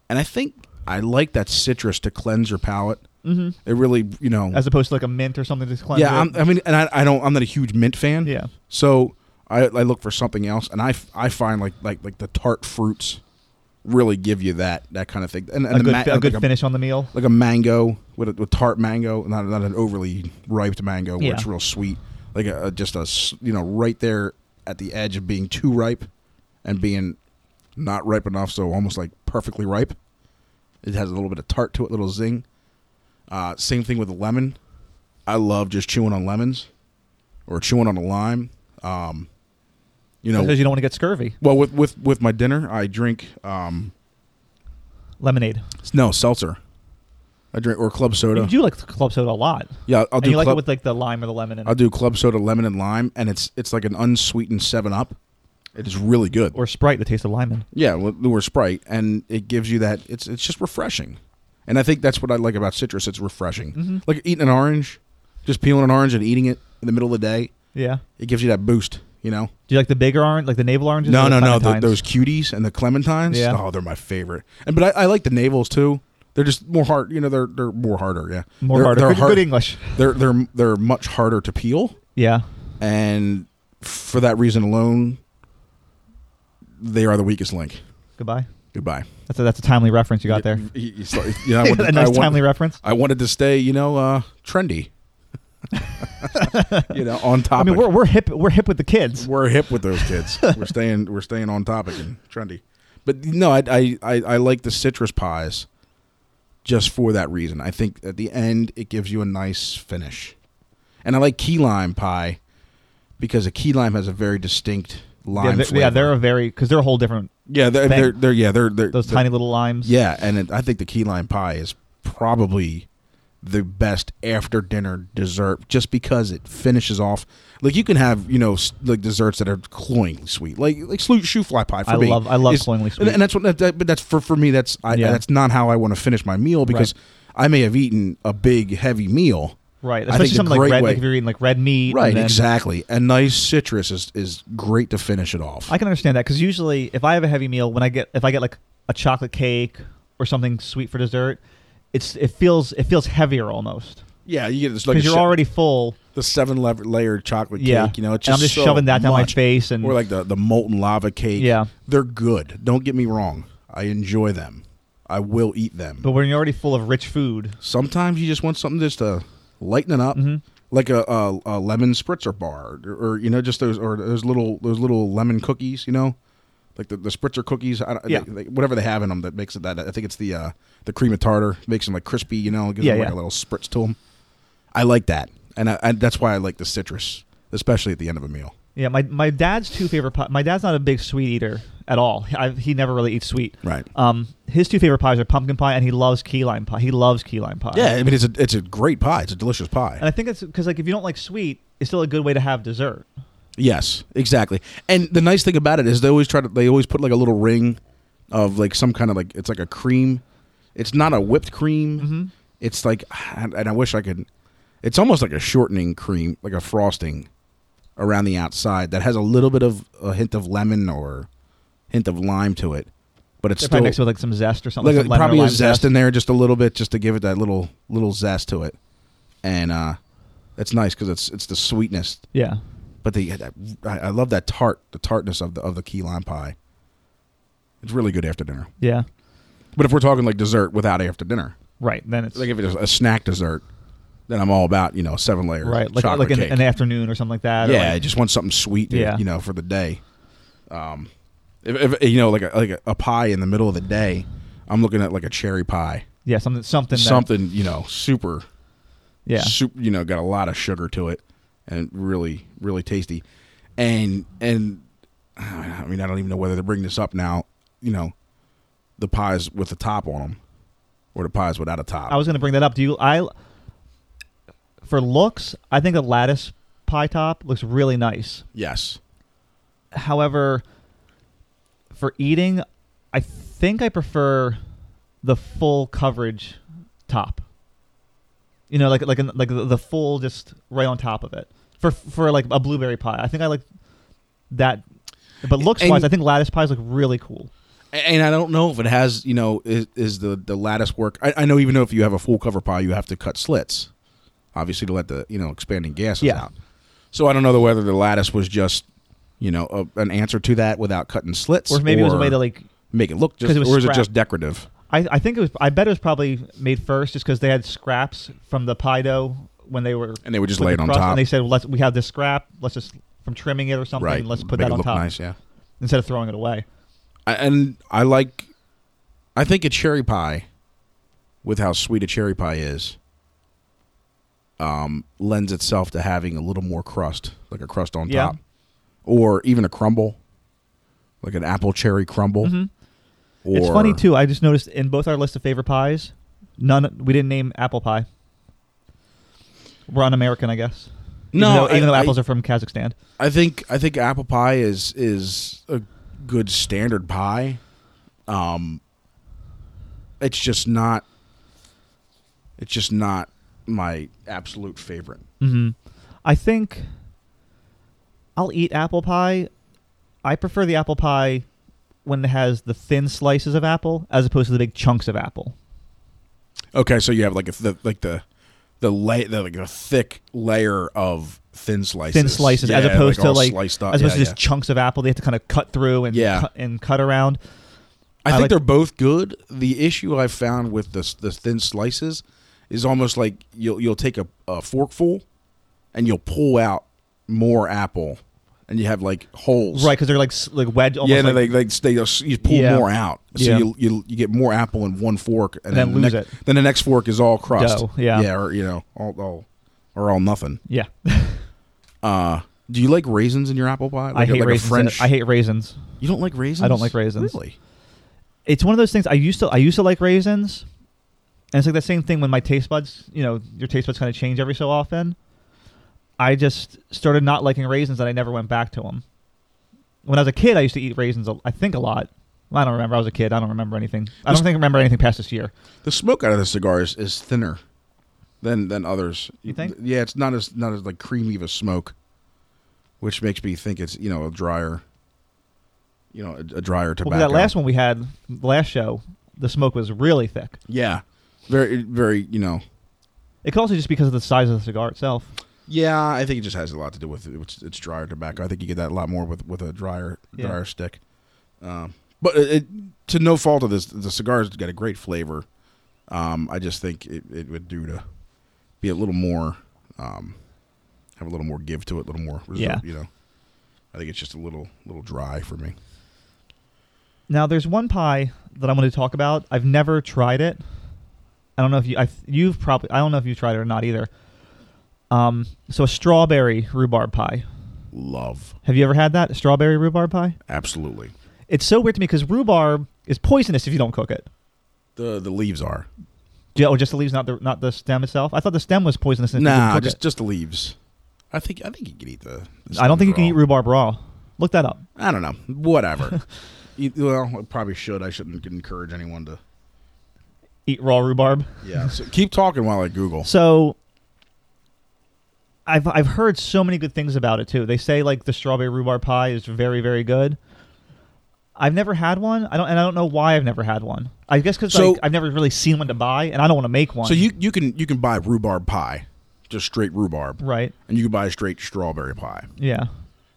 S2: And I think I like that citrus to cleanse your palate.
S1: hmm
S2: It really, you know,
S1: As opposed to like a mint or something to cleanse
S2: Mm-hmm. yeah.
S1: it.
S2: I'm, I mean, and I, I don't, I'm not a huge mint fan.
S1: yeah.
S2: So I, I look for something else, and I, f- I find like like like the tart fruits really give you that that kind of thing, and, and
S1: a
S2: the
S1: good,
S2: ma-
S1: fi- a
S2: like
S1: good
S2: a-
S1: finish on the meal.
S2: like a mango with a with tart mango, not not an overly ripe mango where
S1: Yeah.
S2: it's real sweet, like a, a- just a s- you know right there at the edge of being too ripe and being not ripe enough, so almost like perfectly ripe. It has a little bit of tart to it, little zing. Uh, same thing with a lemon. I love just chewing on lemons or chewing on a lime. Um, you know,
S1: Because you don't want to get scurvy.
S2: well with with with my dinner, I drink um,
S1: Lemonade.
S2: no seltzer. I drink or club soda.
S1: You do like club soda a lot.
S2: Yeah, I'll
S1: and
S2: do.
S1: you like
S2: club,
S1: it with like the lime or the lemon in
S2: I'll
S1: it.
S2: do club soda, lemon and lime, and it's it's like an unsweetened Seven Up. It is really good.
S1: Or Sprite, the taste of lime. in.
S2: yeah, with- or Sprite, and it gives you that. It's it's just refreshing, and I think that's what I like about citrus. It's refreshing,
S1: Mhm.
S2: like eating an orange, just peeling an orange and eating it in the middle of the day.
S1: Yeah.
S2: It gives you that boost, you know.
S1: Do you like the bigger orange, like the navel oranges?
S2: No,
S1: or
S2: no,
S1: the
S2: no. th-
S1: clementines?
S2: those cuties and the clementines.
S1: Yeah.
S2: Oh, they're my favorite. And but I, I like the navels too. They're just more hard. You know, they're they're more harder. Yeah,
S1: More
S2: they're,
S1: harder.
S2: They're,
S1: good,
S2: hard-
S1: good English.
S2: they're they're they're much harder to peel,
S1: Yeah.
S2: and for that reason alone, they are the weakest link.
S1: Goodbye.
S2: Goodbye.
S1: That's a, that's a timely reference you got there.
S2: You, you- (laughs) you- you know, I
S1: (laughs)
S2: wanted-
S1: a nice
S2: I wanted-
S1: timely reference.
S2: I wanted to stay, you know, uh, (laughs) trendy. you know, on
S1: I
S2: topic.
S1: mean, we're, we're hip we're hip with the kids.
S2: We're hip with those kids. we're staying we're staying on topic and trendy. But no, I, I I I like the citrus pies just for that reason. I think at the end it gives you a nice finish. And I like key lime pie because a key lime has a very distinct lime
S1: yeah, they,
S2: flavor.
S1: yeah, they're a very because they're a whole different
S2: yeah, they're,
S1: thing.
S2: they're, they're yeah, they're, they're
S1: those
S2: they're-
S1: tiny little limes.
S2: Yeah, and it, I think the key lime pie is probably the best after dinner dessert just because it finishes off. Like you can have, you know, s- like desserts that are cloyingly sweet, like like slu- shoe fly pie. For
S1: I
S2: me,
S1: love- I love
S2: is-
S1: cloyingly
S2: and-
S1: sweet.
S2: and that's what. That, that- but that's for for me. That's I,
S1: Yeah.
S2: that's not how I want to finish my meal because I may have eaten a big heavy meal.
S1: Right.
S2: I
S1: Especially
S2: think the
S1: something like
S2: great
S1: red
S2: way-
S1: like if you're eating like red meat.
S2: Right,
S1: and then-
S2: exactly. A nice citrus is is great to finish it off.
S1: I can understand that because usually if I have a heavy meal, when I get if I get like a chocolate cake or something sweet for dessert, it's it feels it feels heavier almost
S2: yeah, you get this like a
S1: because you're
S2: shi-
S1: already full.
S2: the seven le- layered chocolate
S1: Yeah.
S2: cake. You know, it's
S1: And
S2: just
S1: I'm just
S2: so
S1: shoving that down my
S2: much.
S1: face and-
S2: or like the the molten lava cake.
S1: Yeah.
S2: they're good. Don't get me wrong. I enjoy them. I will eat them.
S1: But when you're already full of rich food,
S2: sometimes you just want something just to lighten it up,
S1: Mm-hmm.
S2: like a, a, a lemon spritzer bar, or, or, you know, just those or those little those little lemon cookies. You know, like the, the spritzer cookies. I don't,
S1: Yeah.
S2: they- they- whatever they have in them that makes it that. I think it's the uh, the cream of tartar makes them like crispy. You know, gives
S1: Yeah,
S2: them like
S1: yeah.
S2: a little spritz to them. I like that, and I, I, that's why I like the citrus, especially at the end of a meal.
S1: yeah, my my dad's two favorite pies. My dad's not a big sweet eater at all. I, he never really eats sweet.
S2: Right.
S1: Um, his two favorite pies are pumpkin pie and he loves key lime pie. He loves key lime pie.
S2: Yeah, I mean it's a it's a great pie. It's a delicious pie.
S1: And I think it's because like if you don't like sweet, it's still a good way to have dessert.
S2: Yes, exactly. And the nice thing about it is they always try to they always put like a little ring of like some kind of like it's like a cream. It's not a whipped cream.
S1: Mm-hmm.
S2: It's like and and I wish I could. It's almost like a shortening cream, like a frosting around the outside that has a little bit of a hint of lemon or hint of lime to it, but it's
S1: They probably mix it
S2: still
S1: with like some zest or something.
S2: like
S1: some
S2: a-
S1: lemon or
S2: probably a
S1: lime
S2: zest, in there, just a little bit, just to give it that little little zest to it, and uh, it's nice because it's it's the sweetness
S1: Yeah.
S2: but the I, I love that tart, the tartness of the of the key lime pie. It's really good after dinner.
S1: Yeah.
S2: But if we're talking like dessert without after dinner,
S1: Right. Then it's
S2: like if it's a snack dessert, then I'm all about you know seven layers,
S1: right like
S2: chocolate
S1: like an,
S2: cake.
S1: an afternoon or something like that. or
S2: yeah, I
S1: like-
S2: just want something sweet, to,
S1: Yeah.
S2: you know, for the day. Um, if, if you know, like a, like a, a pie in the middle of the day, I'm looking at like a cherry pie,
S1: yeah, something something that-
S2: something you know, super
S1: yeah,
S2: sup- you know, got a lot of sugar to it, and really, really tasty. And and I mean, I don't even know whether to bring this up now. You know, the pies with the top on them, or the pies without a top.
S1: I was gonna bring that up. Do you? I for looks, I think a lattice pie top looks really nice.
S2: yes,
S1: However, for eating, I think I prefer the full coverage top. You know, like like an- like the the full just right on top of it for for like a blueberry pie. I think I like that. But looks wise,
S2: And-
S1: I think lattice pies look really cool.
S2: A- and I don't know if it has. You know, is, is the the lattice work? I, I know even though if you have a full cover pie, you have to cut slits, obviously to let the you know expanding gases
S1: Yeah.
S2: out. So I don't know whether the lattice was just you know a, an answer to that without cutting slits,
S1: Or maybe it was a way to like
S2: make it look
S1: 'Cause
S2: just
S1: it was
S2: or is it
S1: scrap.
S2: just decorative
S1: I, I think it was. I bet it was probably made first, just because they had scraps from the pie dough when they were
S2: and they would just
S1: with
S2: lay
S1: the
S2: it on
S1: crust,
S2: top
S1: And they said, well, "Let's we have this scrap. Let's just from trimming it or something.
S2: right
S1: Let's put
S2: Make
S1: that
S2: it
S1: on
S2: look
S1: top
S2: nice yeah
S1: instead of throwing it away."
S2: I, and i like i think a cherry pie with how sweet a cherry pie is um lends itself to having a little more crust like a crust on
S1: Yeah.
S2: top or even a crumble like an apple cherry crumble or,
S1: Mm-hmm. it's funny too. I just noticed in both our list of favorite pies, none we didn't name apple pie. We're un-American, I guess. Even
S2: No,
S1: though, even
S2: I-
S1: though
S2: I-
S1: apples are from Kazakhstan.
S2: I think I think apple pie is is a good standard pie. Um, it's just not. It's just not my absolute favorite.
S1: hmm I think I'll eat apple pie. I prefer the apple pie when it has the thin slices of apple as opposed to the big chunks of apple.
S2: Okay, so you have like a th- like the the lay the, like a thick layer of thin slices,
S1: Thin slices, as
S2: Yeah,
S1: opposed to
S2: all
S1: like
S2: sliced up.
S1: as opposed
S2: yeah,
S1: to just chunks of apple. They have to kind of cut through and
S2: Yeah.
S1: cut, and cut around.
S2: yeah. I
S1: I
S2: think
S1: like-
S2: they're both good. The issue I've found with the s- the thin slices is almost like you'll you'll take a, a forkful and you'll pull out more apple, and you have like holes.
S1: Right, because they're like s- like wedge. Almost
S2: yeah, no,
S1: like,
S2: they, they, they just- you pull
S1: Yeah.
S2: more out, so
S1: Yeah.
S2: you, you you get more apple in one fork, and,
S1: And then
S2: the
S1: lose
S2: next-
S1: it.
S2: Then the next fork is all crust,
S1: Dough, yeah.
S2: yeah, or you know, all, all or all nothing.
S1: yeah. (laughs)
S2: Uh, do you like raisins in your apple pie? Like
S1: I
S2: a-
S1: hate
S2: like
S1: raisins.
S2: A
S1: in it.
S2: French.
S1: I hate raisins.
S2: You don't like raisins.
S1: I don't like raisins.
S2: Really?
S1: It's one of those things. I used to I used to like raisins, and it's like that same thing when my taste buds. You know, your taste buds kind of change every so often. I just started not liking raisins, and I never went back to them. When I was a kid, I used to eat raisins. a- I think a lot. I don't remember. I was a kid. I don't remember anything. I
S2: This-
S1: don't think I remember anything past this year.
S2: The smoke out of the cigar is, is thinner than than others.
S1: You think?
S2: Yeah, it's not as not as like creamy of a smoke, which makes me think it's you know a drier, you know a, a drier tobacco.
S1: Well, that last one we had, the last show, the smoke was really thick.
S2: Yeah, very very you know.
S1: It could also just because of the size of the cigar itself.
S2: Yeah, I think it just has a lot to do with it. It's, it's drier tobacco. I think you get that a lot more with with a drier
S1: Yeah.
S2: drier stick. Um, but it, it, to no fault of this, the cigar's got a great flavor. Um, I just think it, it would do to be a little more, um, have a little more give to it, a little more. Reserve,
S1: Yeah.
S2: you know. I think it's just a little little dry for me.
S1: Now, there's one pie that I'm going to talk about. I've never tried it. I don't know if you, I, you've probably, I don't know if you've tried it or not either. Um, so a strawberry rhubarb pie.
S2: Love,
S1: Have you ever had that? Strawberry rhubarb pie?
S2: absolutely.
S1: It's so weird to me because rhubarb is poisonous if you don't cook it.
S2: The the leaves are
S1: Yeah, Oh, just the leaves, not the not the stem itself. I thought the stem was poisonous. If you didn't
S2: nah,
S1: cook
S2: just
S1: it.
S2: just the leaves. I think I think you can eat the. the
S1: I don't think you can
S2: stems
S1: eat
S2: raw.
S1: rhubarb raw. Look that up.
S2: I don't know. Whatever. You- well, I probably should. I shouldn't encourage anyone to.
S1: Eat raw rhubarb.
S2: Yeah. So keep talking while I Google.
S1: So I've I've heard so many good things about it too. They say like the strawberry rhubarb pie is very very good. I've never had one. I don't and I don't know why I've never had one. I guess because
S2: So-
S1: like, I've never really seen one to buy, and I don't want to make one.
S2: So you you can you can buy rhubarb pie, just straight rhubarb,
S1: right?
S2: and you can buy straight strawberry pie.
S1: Yeah.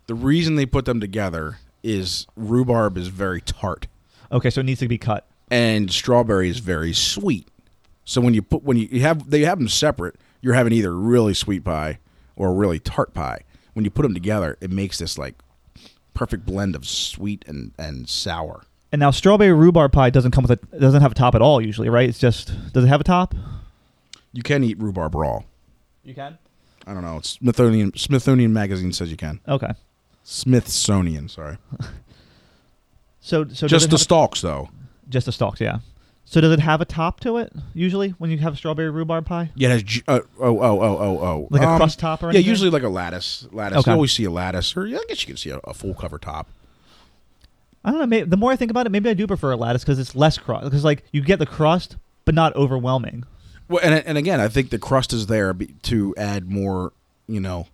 S2: The reason they put them together is rhubarb is very tart
S1: Okay, so it needs to be cut.
S2: and strawberry is very sweet. So when you put when you, you have they have them separate, you're having either really sweet pie or really tart pie. When you put them together, it makes this like perfect blend of sweet and and sour.
S1: And now strawberry rhubarb pie doesn't come with a doesn't have a top at all usually, right? It's just does it have a top?
S2: You can eat rhubarb raw.
S1: You can.
S2: I don't know. It's Smithsonian Smithsonian magazine says you can.
S1: Okay.
S2: Smithsonian, sorry.
S1: So so does
S2: Just
S1: it
S2: the
S1: have a-
S2: stalks though.
S1: just the stalks, yeah. So does it have a top to it usually when you have strawberry rhubarb pie?
S2: Yeah, it has ju- uh, oh oh oh oh oh.
S1: Like a crust top or
S2: Yeah,
S1: anything?
S2: usually like a lattice. Lattice.
S1: Okay.
S2: You always see a lattice, or yeah, I guess you can see a, a full cover top.
S1: I don't know. Maybe, the more I think about it, maybe I do prefer a lattice because it's less crust. Because like you get the crust, but not overwhelming.
S2: Well, and and again, I think the crust is there be- to add more, you know,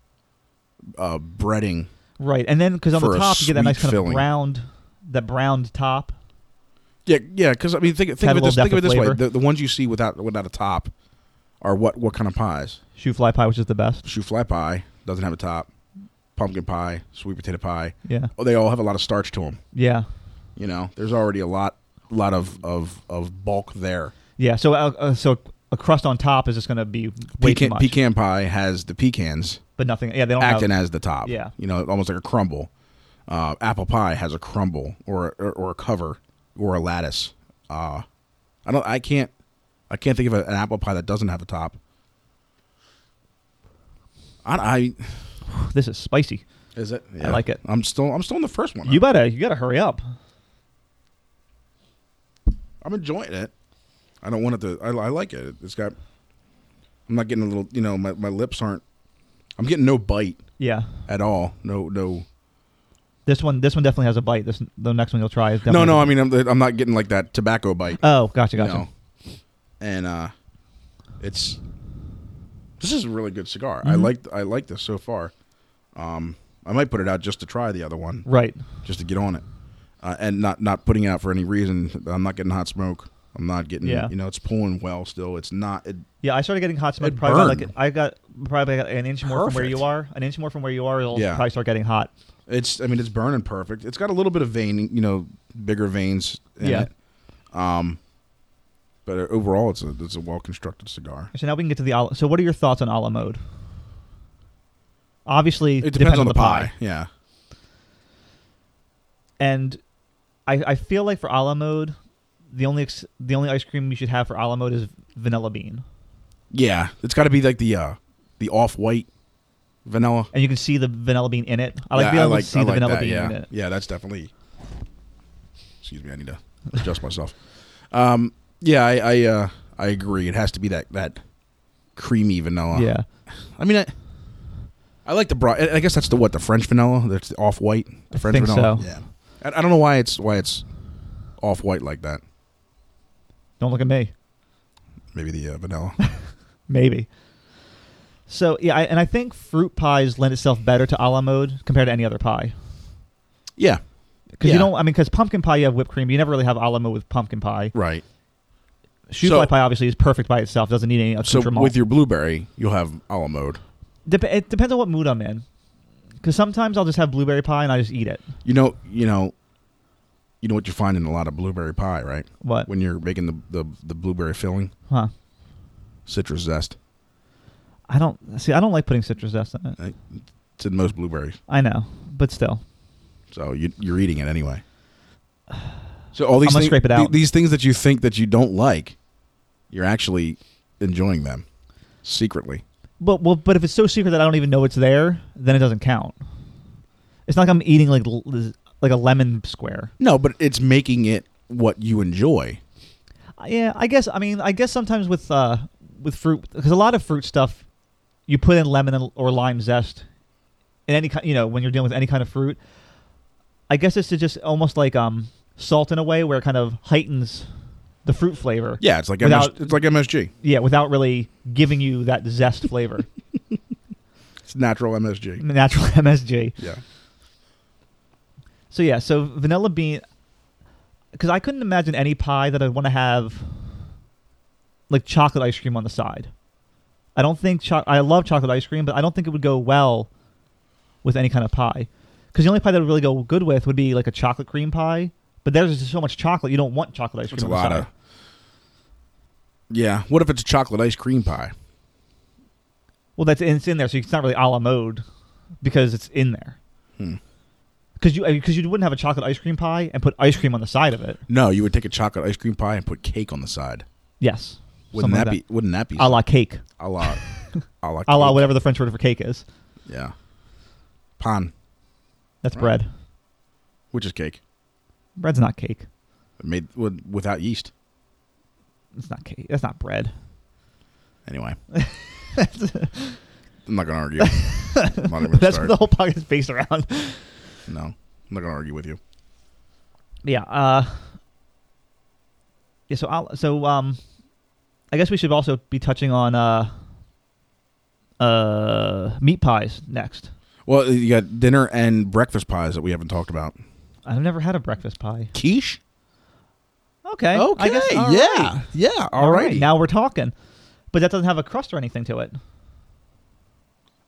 S2: uh, breading.
S1: Right, and then because on
S2: For
S1: the
S2: a
S1: top you get that
S2: sweet
S1: nice kind
S2: filling.
S1: of browned, that browned top.
S2: Yeah, yeah. Because I mean, think think
S1: Add
S2: of
S1: a
S2: it this
S1: little
S2: think of it
S1: depth
S2: this
S1: of
S2: way:
S1: flavor.
S2: the, the ones you see without without a top are what what kind of pies?
S1: Shoe fly pie, which is the best.
S2: Shoe fly pie doesn't have a top. Pumpkin pie, sweet potato pie.
S1: Yeah,
S2: Oh, they all have a lot of starch to them.
S1: yeah,
S2: You know, there's already a lot, lot of of of bulk there.
S1: yeah. So uh, uh, so a crust on top is just going to be way too
S2: Pecan,
S1: much,
S2: pecan pie has the pecans
S1: but nothing. Yeah, they don't
S2: acting
S1: have.
S2: as the top.
S1: Yeah.
S2: you know, almost like a crumble. Uh, apple pie has a crumble or, or or a cover or a lattice. Uh, I don't. I can't. I can't think of a- an apple pie that doesn't have a top. I,
S1: This is spicy.
S2: I is it?
S1: I like it.
S2: I'm still. I'm still in the first one.
S1: You better you gotta hurry up.
S2: I'm enjoying it. I don't want it to. I, I like it. It's got. I'm not getting a little. You know, my, my lips aren't. I'm getting no bite
S1: Yeah,
S2: at all. No, no,
S1: this one this one definitely has a bite. This the next one you'll try is
S2: no,
S1: definitely
S2: no. I mean, I'm, I'm not getting like that tobacco bite.
S1: oh, gotcha,
S2: you
S1: gotcha.
S2: know? And uh, it's. This is a really good cigar. I
S1: Mhm.
S2: like. I like this so far. Um, I might put it out just to try the other one,
S1: Right.
S2: just to get on it, uh, and not not putting it out for any reason. I'm not getting hot smoke. I'm not getting.
S1: Yeah.
S2: You know, it's pulling well still. It's not. It,
S1: Yeah, I started getting hot smoke
S2: It'd
S1: probably about
S2: burn.
S1: like I got probably got an inch more from where
S2: Perfect.
S1: you are. An inch more from where you are, it'll
S2: Yeah.
S1: probably start getting hot.
S2: it's. I mean, it's burning perfect. It's got a little bit of vein. You know, bigger veins. In
S1: Yeah.
S2: It. Um. But uh, overall, it's a it's a well constructed cigar.
S1: So now we can get to the ala. So what are your thoughts on ala mode? Obviously,
S2: It depends on the pie. Yeah.
S1: And I, I feel like for ala mode, the only ex- the only ice cream you should have for ala mode is vanilla bean,
S2: Yeah. It's got to be like the uh the off white vanilla.
S1: and you can see the vanilla bean in it. I like
S2: Yeah,
S1: being able to see
S2: I
S1: the
S2: like
S1: vanilla
S2: that,
S1: bean
S2: yeah.
S1: in it.
S2: Yeah, that's definitely. Excuse me, I need to adjust myself. Um, yeah, I I, uh, I agree. It has to be that that creamy vanilla.
S1: Yeah,
S2: I mean, I, I like the broad. I I guess that's the what the French vanilla. That's the off white. The
S1: I
S2: French
S1: think
S2: vanilla.
S1: so.
S2: Yeah. I, I don't know why it's why it's off white like that.
S1: don't look at me.
S2: Maybe the
S1: (laughs)
S2: uh, vanilla.
S1: Maybe. So yeah, I, and I think fruit pies lend itself better to ala mode compared to any other pie.
S2: yeah.
S1: Because
S2: Yeah.
S1: you don't, I mean, because pumpkin pie you have whipped cream. You never really have a la mode with pumpkin pie.
S2: Right.
S1: Shoe
S2: So-
S1: fly pie obviously is perfect by itself. Doesn't need any
S2: So
S1: accoutrement.
S2: with your blueberry, you'll have a la mode.
S1: Dep- it depends on what mood I'm in. Because sometimes I'll just have blueberry pie and I just eat it.
S2: You know. You know. You know what you find in a lot of blueberry pie, right?
S1: What?
S2: when you're making the, the, the blueberry filling,
S1: Huh?
S2: citrus zest.
S1: I don't see. I don't like putting citrus zest in it.
S2: It's in most blueberries,
S1: I know, but still,
S2: so you, you're eating it anyway. So all these
S1: I'm gonna
S2: things,
S1: scrape it
S2: the-
S1: out.
S2: these things that you think that you don't like, you're actually enjoying them secretly.
S1: but well, but if it's so secret that I don't even know it's there, then it doesn't count. It's not like I'm eating like l- like a lemon square.
S2: No, but it's making it what you enjoy.
S1: Uh, Yeah, I guess. I mean, I guess sometimes with uh with fruit because a lot of fruit stuff, you put in lemon and- or lime zest, in any kind. You know, when you're dealing with any kind of fruit, I guess it's to just almost like um salt in a way where it kind of heightens the fruit flavor.
S2: Yeah, it's like
S1: Without-
S2: MS, it's like MSG.
S1: Yeah, without really giving you that zest flavor, (laughs)
S2: It's natural MSG.
S1: natural MSG.
S2: Yeah,
S1: So yeah, so vanilla bean, because I couldn't imagine any pie that I want to have like chocolate ice cream on the side. I don't think cho- I love chocolate ice cream, but I don't think it would go well with any kind of pie. Because the only pie that would really go good with would be like a chocolate cream pie. But there's just so much chocolate, you don't want chocolate ice cream.
S2: it's a
S1: on the
S2: lot
S1: side.
S2: of. Yeah, what if it's a chocolate ice cream pie?
S1: Well, that's it's in there, so it's not really a la mode because it's in there.
S2: Hmm.
S1: Because you because you wouldn't have a chocolate ice cream pie and put ice cream on the side of it.
S2: No, you would take a chocolate ice cream pie and put cake on the side.
S1: Yes,
S2: Wouldn't
S1: Something
S2: that,
S1: like
S2: be? Wouldn't that be?
S1: a la cake, (laughs)
S2: a la, a la,
S1: a la
S2: cake.
S1: whatever the French word for cake is.
S2: Yeah, pan,
S1: That's
S2: Right.
S1: bread.
S2: which is cake,
S1: Bread's not cake.
S2: made with, without yeast.
S1: It's not cake. That's not bread.
S2: (laughs) Anyway, I'm not gonna argue. I'm not even gonna
S1: That's what
S2: start.
S1: the whole podcast is based around. (laughs)
S2: no, I'm not gonna argue with you.
S1: yeah. Uh, yeah. So I'll, so um, I guess we should also be touching on uh, uh, meat pies next.
S2: Well, you got dinner and breakfast pies that we haven't talked about.
S1: I've never had a breakfast pie.
S2: Quiche.
S1: Okay.
S2: Okay.
S1: I guess, all
S2: yeah.
S1: right.
S2: Yeah.
S1: All right.
S2: alrighty.
S1: Now we're talking. But that doesn't have a crust or anything to it.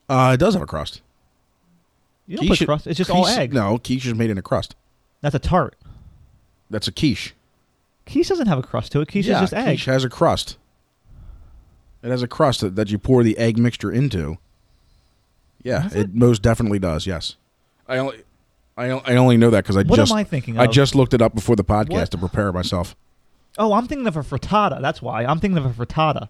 S2: uh, it does have a crust.
S1: You don't put
S2: Quiche-
S1: crust. It's just all
S2: quiche-
S1: egg.
S2: No, quiche is made in a crust.
S1: That's a tart.
S2: That's a quiche.
S1: Quiche doesn't have a crust to it. Quiche
S2: yeah,
S1: is just egg.
S2: Quiche has a crust. It has a crust that, that you pour the egg mixture into. Yeah,
S1: Does
S2: it, most definitely does. Yes, I only, I, on- I only know that because I
S1: What
S2: just
S1: am I thinking of?
S2: I just looked it up before the podcast
S1: What?
S2: to prepare myself.
S1: oh, I'm thinking of a frittata. That's why I'm thinking of a frittata.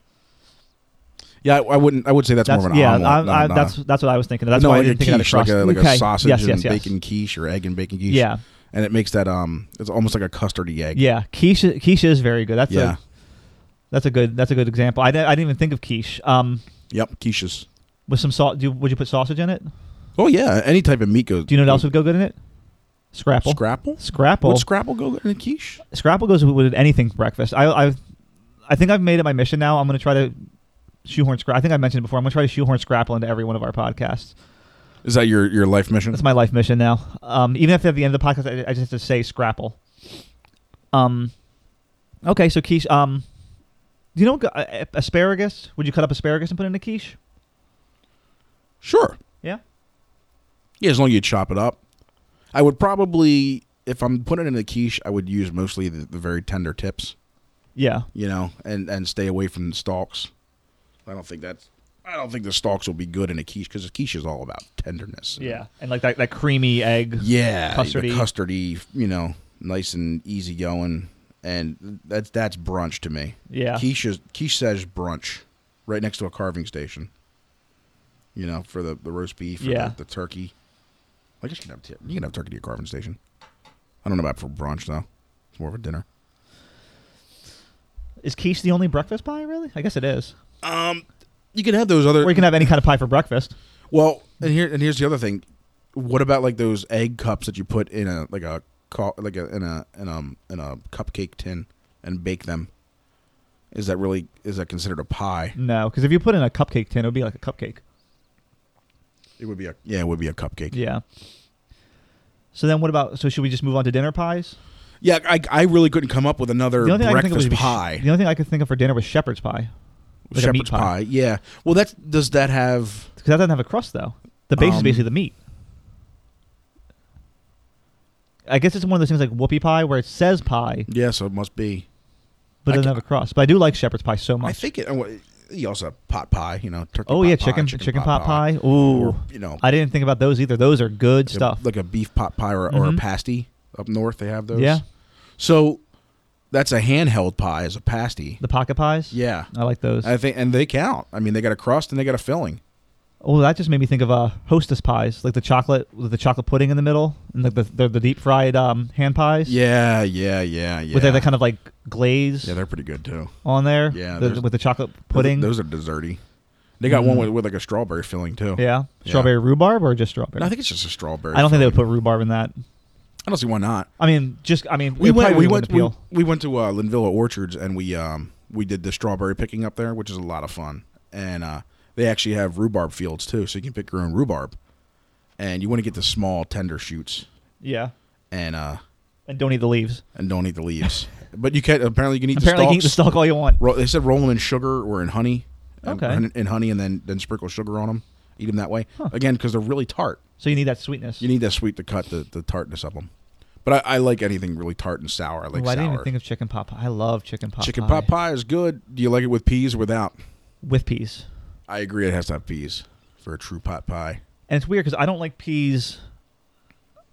S2: Yeah, I, I wouldn't. I would say that's,
S1: That's
S2: more of an
S1: yeah.
S2: omelet.
S1: I,
S2: not-
S1: I,
S2: not a-
S1: that's that's what I was thinking. of. That's
S2: no,
S1: why
S2: like
S1: I didn't
S2: a
S1: think of
S2: quiche, like a,
S1: crust.
S2: like
S1: okay.
S2: a sausage
S1: yes, yes,
S2: and
S1: yes.
S2: bacon quiche or egg and bacon quiche.
S1: Yeah,
S2: and it makes that um, it's almost like a custardy egg.
S1: yeah. Quiche, quiche is very good. That's
S2: yeah.
S1: a that's a good that's a good example. I, di- I didn't even think of quiche. Um,
S2: Yep, quiches.
S1: with some salt. Do would you put sausage in it?
S2: Oh yeah, any type of meat goes.
S1: Do you know what else would go good in it? Scrapple.
S2: Scrapple.
S1: Scrapple.
S2: Would scrapple go in a quiche?
S1: Scrapple goes with anything for breakfast. I I I think I've made it my mission now. I'm going to try to shoehorn scrapple. I think I mentioned it before. I'm going to try to shoehorn scrapple into every one of our podcasts.
S2: Is that your your life mission?
S1: That's my life mission now. Um, even if at the end of the podcast I, I just have to say scrapple. Um, Okay, so quiche. Um, do you know uh, uh, asparagus? Would you cut up asparagus and put it in a quiche?
S2: Sure.
S1: Yeah.
S2: Yeah, as long as you chop it up. I would probably, if I'm putting it in a quiche, I would use mostly the, the very tender tips,
S1: Yeah.
S2: you know, and and stay away from the stalks. I don't think that's. I don't think the stalks will be good in a quiche because a quiche is all about tenderness. and-
S1: Yeah, and like that, that creamy egg.
S2: Yeah,
S1: Custardy.
S2: the custardy, you know, nice and easy going, and that's that's brunch to me.
S1: Yeah.
S2: Quiche is, quiche says brunch, right next to a carving station. You know, for the, the roast beef, or
S1: Yeah.
S2: the, the turkey. I guess you can have t- you can have turkey at a carving station. I don't know about for brunch though. It's more of a dinner.
S1: Is quiche the only breakfast pie? Really? I guess it is.
S2: Um, you can have those other.
S1: Or you can have any kind of pie for breakfast.
S2: well, and here and here's the other thing. What about like those egg cups that you put in a like a co- like a in a in a in a cupcake tin and bake them? Is that really is that considered a pie?
S1: No, because if you put in a cupcake tin, it would be like a cupcake.
S2: It would be a yeah, it would be a cupcake.
S1: Yeah. So then, what about? So should we just move on to dinner pies?
S2: Yeah, I, I really couldn't come up with another
S1: The only thing I could think of
S2: breakfast
S1: was
S2: pie.
S1: The only thing I could think of for dinner was shepherd's pie. like a meat
S2: shepherd's
S1: pie.
S2: pie. Yeah. Well, that's does that have?
S1: Because that doesn't have a crust though. The base is
S2: Um,
S1: basically the meat. I guess it's one of those things like whoopie pie where it says pie
S2: Yeah, so it must be.
S1: but it
S2: I
S1: doesn't
S2: ca-
S1: have a crust. But I do like shepherd's pie so
S2: I
S1: much.
S2: think it. oh, well, You also have pot pie. You know, turkey.
S1: Oh
S2: pot
S1: yeah,
S2: pie,
S1: chicken chicken, pot, pie. Ooh,
S2: Or, you know,
S1: I didn't think about those either. Those are good
S2: like a-
S1: stuff.
S2: like a beef pot pie or, or a
S1: Mhm.
S2: pasty up north. They have those.
S1: Yeah.
S2: So that's a handheld pie as a pasty.
S1: The pocket pies.
S2: Yeah.
S1: I like those.
S2: I think, and they count. I mean, they got a crust and they got a filling.
S1: oh, that just made me think of uh, Hostess pies, like the chocolate with the chocolate pudding in the middle, and like the the, the deep fried um, hand pies.
S2: Yeah, yeah, yeah, yeah.
S1: With like, that kind of like glaze
S2: yeah, they're pretty good too.
S1: on there.
S2: Yeah,
S1: the-
S2: there's-
S1: with the chocolate pudding.
S2: Those are desserty. They got one
S1: Mm.
S2: with, with like a strawberry filling too.
S1: yeah.
S2: Yeah.
S1: strawberry rhubarb or just strawberry.
S2: No, I think it's just a strawberry.
S1: I don't think they would
S2: filling.
S1: put rhubarb in that.
S2: I don't see why not.
S1: I mean, just I mean,
S2: We
S1: it
S2: went.
S1: probably
S2: We went.
S1: wouldn't
S2: We,
S1: appeal.
S2: we went to uh, Linvilla Orchards and we um we did the strawberry picking up there, which is a lot of fun. And uh, they actually have rhubarb fields too, so you can pick your own rhubarb. And you want to get the small tender shoots
S1: yeah,
S2: and uh
S1: and don't eat the leaves.
S2: and don't eat
S1: (laughs)
S2: the leaves. but you can apparently you can eat
S1: Apparently, you can eat
S2: the
S1: the
S2: stalks.
S1: stalk all you want.
S2: Ro- they said roll them in sugar or in honey. and-
S1: Okay.
S2: and- in honey and then then sprinkle sugar on them. Eat them that way Again,
S1: Huh.
S2: again because they're really tart.
S1: So you need that sweetness.
S2: You need that sweet to cut the, the tartness of them. But I, I like anything really tart and sour. I like
S1: oh, I
S2: sour.
S1: didn't even think of chicken pot pie. I love chicken pot
S2: Chicken
S1: pie.
S2: pot pie is good. Do you like it with peas or without?
S1: with peas.
S2: I agree. It has to have peas for a true pot pie.
S1: And it's weird because I don't like peas.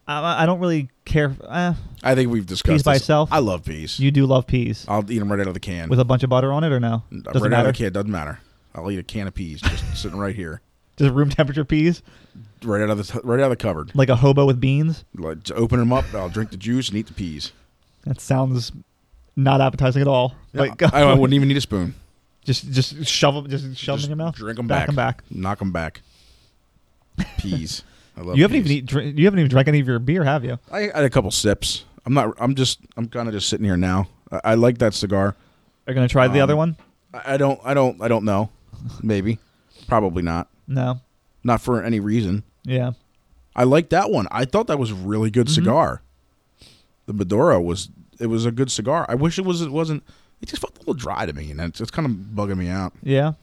S1: I, I don't really care. Eh,
S2: I think we've discussed
S1: Peas by
S2: this.
S1: itself?
S2: I love peas.
S1: you do love peas
S2: I'll eat them right out of the can.
S1: with a bunch of butter on it, or no?
S2: right
S1: Doesn't
S2: out
S1: matter.
S2: of the can. Doesn't matter. I'll eat a can of peas just (laughs) sitting right here,
S1: Just room temperature peas,
S2: right out of the right out of the cupboard.
S1: like a hobo with beans.
S2: Like, just open them up. I'll drink the juice and eat
S1: (laughs)
S2: the peas.
S1: That sounds not appetizing at all. Like (laughs)
S2: I, I wouldn't even need a spoon.
S1: just just shove them, just shove 'em
S2: Just
S1: in your mouth.
S2: Drink them
S1: back
S2: back.
S1: and back.
S2: Knock them back. Peas. I
S1: (laughs)
S2: love.
S1: You haven't
S2: peas.
S1: even eat, drink, you haven't even drank any of your beer, have you?
S2: I had a couple sips. I'm not. I'm just. I'm kind of just sitting here now. I, I like that cigar.
S1: Are you gonna try the other
S2: Um,
S1: one?
S2: I, I don't. I don't. I don't know. Maybe. Probably not.
S1: No.
S2: Not for any reason.
S1: Yeah.
S2: I like that one. I thought that was a really good
S1: Mm-hmm.
S2: cigar. The Maduro was. It was a good cigar. I wish it was. It wasn't. It just felt a little dry to me, and it's, it's kind of bugging me out.
S1: Yeah.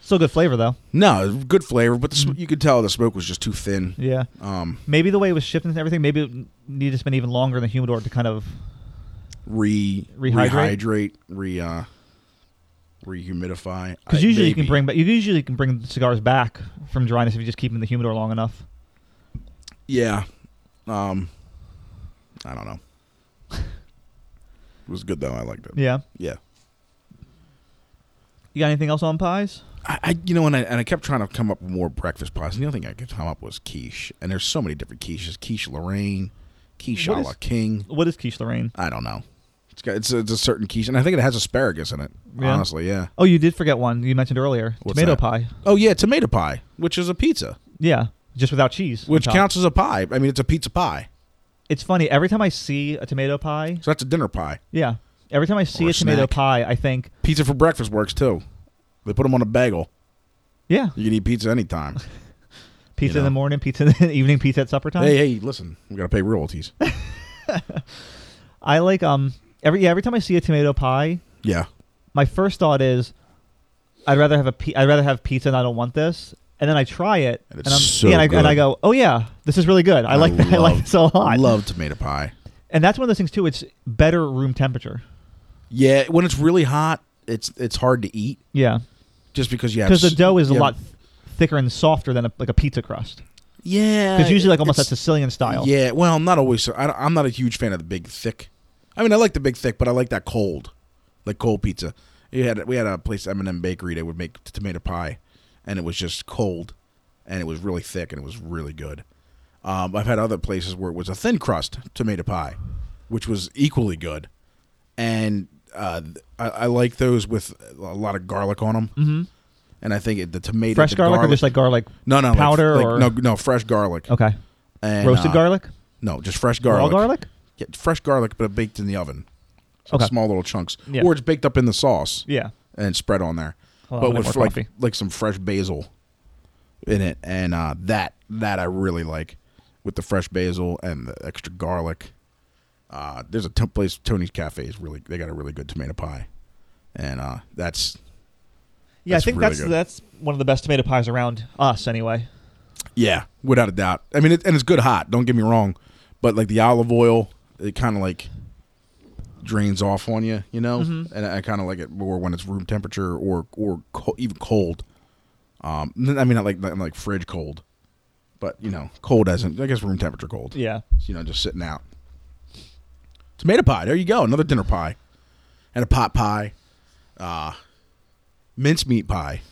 S1: Still good flavor though.
S2: No, good flavor, but the, sm- you could tell the smoke was just too thin.
S1: Mm-hmm. Yeah.
S2: Um,
S1: Maybe the way it was shipped and everything, maybe it needed to spend even longer in the humidor to kind of
S2: re
S1: Rehydrate?
S2: rehydrate, re uh, rehumidify.
S1: because
S2: I-
S1: usually you can
S2: maybe.
S1: bring back you usually can bring cigars back from dryness if you just keep them in the humidor long enough.
S2: Yeah. Um I don't know. it was good though. I liked it.
S1: Yeah.
S2: Yeah.
S1: You got anything else on pies?
S2: I, I you know, and I and I kept trying to come up with more breakfast pies. And the other thing I could come up was quiche. And there's so many different quiches. Quiche Lorraine, quiche
S1: What
S2: a
S1: is-
S2: la king.
S1: What is quiche Lorraine?
S2: I don't know. It's got it's a, it's a certain quiche, and I think it has asparagus in it.
S1: Yeah.
S2: Honestly, yeah.
S1: Oh, you did forget one you mentioned earlier.
S2: What's
S1: Tomato
S2: that?
S1: pie.
S2: Oh yeah, tomato pie, which is a pizza,
S1: Yeah. Just without cheese. on
S2: which
S1: top.
S2: counts as a pie. I mean, it's a pizza pie,
S1: It's funny, every time I see a tomato pie,
S2: so that's a dinner pie.
S1: yeah. Every time I see
S2: Or
S1: a
S2: a
S1: tomato
S2: snack.
S1: pie, I think,
S2: Pizza for breakfast works too. They put them on a bagel.
S1: yeah,
S2: You can eat
S1: (laughs)
S2: pizza anytime.
S1: pizza
S2: You
S1: in
S2: know.
S1: the morning, pizza in the (laughs) evening, pizza at supper time. (laughs)
S2: Hey, hey, listen, we gotta pay royalties.
S1: I like um every yeah, every time I see a tomato pie,
S2: Yeah.
S1: my first thought is, I'd rather have a pi- I'd rather have pizza and I don't want this. And then I try it,
S2: And it's
S1: I'm,
S2: so
S1: yeah, and, I, and I
S2: good.
S1: go, oh yeah, this is really good. I,
S2: I
S1: like that. (laughs) I like
S2: love-
S1: it so a
S2: I
S1: lot.
S2: love tomato pie.
S1: and that's one of those things too. It's better room temperature.
S2: Yeah, when it's really hot, it's it's hard to eat
S1: Yeah,
S2: just because you have
S1: because the
S2: s-
S1: dough is a
S2: you have-
S1: lot th- thicker and softer than a, like a pizza crust.
S2: Yeah,
S1: Because usually like almost that
S2: Uh, it's-
S1: Sicilian style.
S2: Yeah, well, I'm not always. I, don't- I'm not a huge fan of the big thick. I mean, I like the big thick, but I like that cold, like cold pizza. We had we had a place M&M Bakery that would make t- tomato pie, and it was just cold, and it was really thick, and it was really good. Um, I've had other places where it was a thin crust tomato pie, which was equally good, and uh, th- I, I like those with a lot of garlic on them. Mm-hmm. And I think it, the tomato,
S1: fresh
S2: the
S1: garlic, or just like garlic.
S2: no, no, like-
S1: powder
S2: like,
S1: or-
S2: no, no, fresh garlic,
S1: Okay,
S2: and,
S1: roasted
S2: uh,
S1: garlic,
S2: no, just fresh
S1: raw
S2: garlic.
S1: garlic.
S2: Yeah, fresh garlic, but baked in the oven. So
S1: Okay.
S2: Small little chunks.
S1: Yeah.
S2: Or it's baked up in the sauce
S1: Yeah,
S2: and spread on there.
S1: Hold on,
S2: but
S1: I need
S2: with
S1: more
S2: like,
S1: coffee.
S2: like some fresh basil in it. And uh, that that I really like with the fresh basil and the extra garlic. Uh, there's a t- place Tony's Cafe is really they got a really good tomato pie. And uh, that's
S1: yeah. I
S2: That's
S1: think
S2: really
S1: that's
S2: good.
S1: that's one of the best tomato pies around us, anyway.
S2: Yeah, without a doubt. I mean, it, and it's good hot. Don't get me wrong, but like the olive oil, it kind of like drains off on you, you know. And I kind of like it more when it's room temperature or or co- even cold. Um, n- I mean, not like not like fridge cold, but you know, cold as in I guess room temperature cold.
S1: Yeah,
S2: You know, just sitting out. Tomato pie. There you go. Another dinner pie, and a pot pie, uh, mincemeat pie.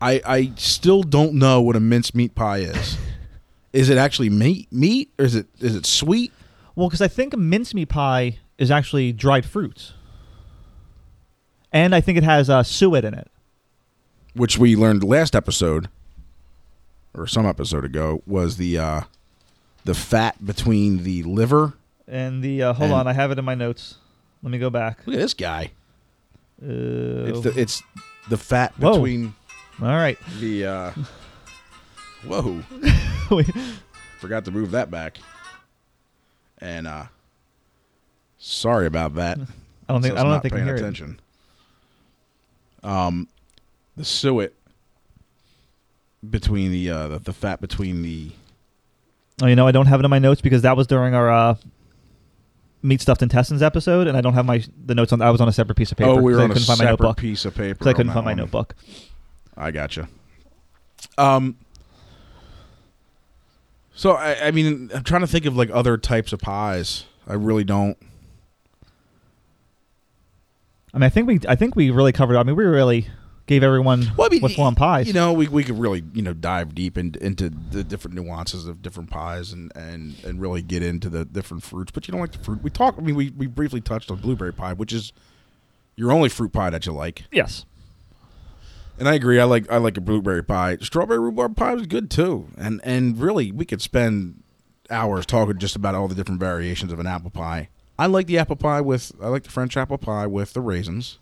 S2: I I still don't know what a mincemeat pie is. is it actually meat meat or is it is it sweet?
S1: well, because I think mincemeat pie is actually dried fruits, and I think it has uh, suet in it.
S2: Which we learned last episode, or some episode ago, was the uh, the fat between the liver.
S1: And the uh, hold
S2: And-
S1: on, I have it in my notes. Let me go back.
S2: Look at this guy.
S1: Uh,
S2: It's the it's the fat
S1: Whoa.
S2: between
S1: all right, (laughs)
S2: the. Uh, (laughs) whoa. Forgot to move that back. And uh sorry about that.
S1: (laughs) I don't think
S2: Since
S1: I don't know
S2: not
S1: if they can
S2: paying
S1: hear it.
S2: attention. Um the suet between the uh the, the fat between the
S1: Oh, you know, I don't have it in my notes because that was during our uh, meat stuffed intestines episode, and I don't have my the notes on. I was on a separate piece of paper.
S2: Oh, we
S1: 'cause
S2: were
S1: I
S2: on a
S1: couldn't find my
S2: separate
S1: notebook.
S2: piece of paper.
S1: Because I couldn't
S2: on
S1: find
S2: that
S1: my
S2: one.
S1: notebook.
S2: I gotcha. Um so I, I mean I'm trying to think of like other types of pies. I really don't.
S1: I mean, I think we I think we really covered. I mean, we really gave everyone
S2: Well, I mean,
S1: what's on pies.
S2: You know, we, we could really you know dive deep in, into the different nuances of different pies and, and and really get into the different fruits. But you don't like the fruit. We talked. I mean, we, we briefly touched on blueberry pie, which is your only fruit pie that you like.
S1: yes.
S2: And I agree. I like I like a blueberry pie. Strawberry rhubarb pie is good too. And and really, we could spend hours talking just about all the different variations of an apple pie. I like the apple pie with I like the French apple pie with the raisins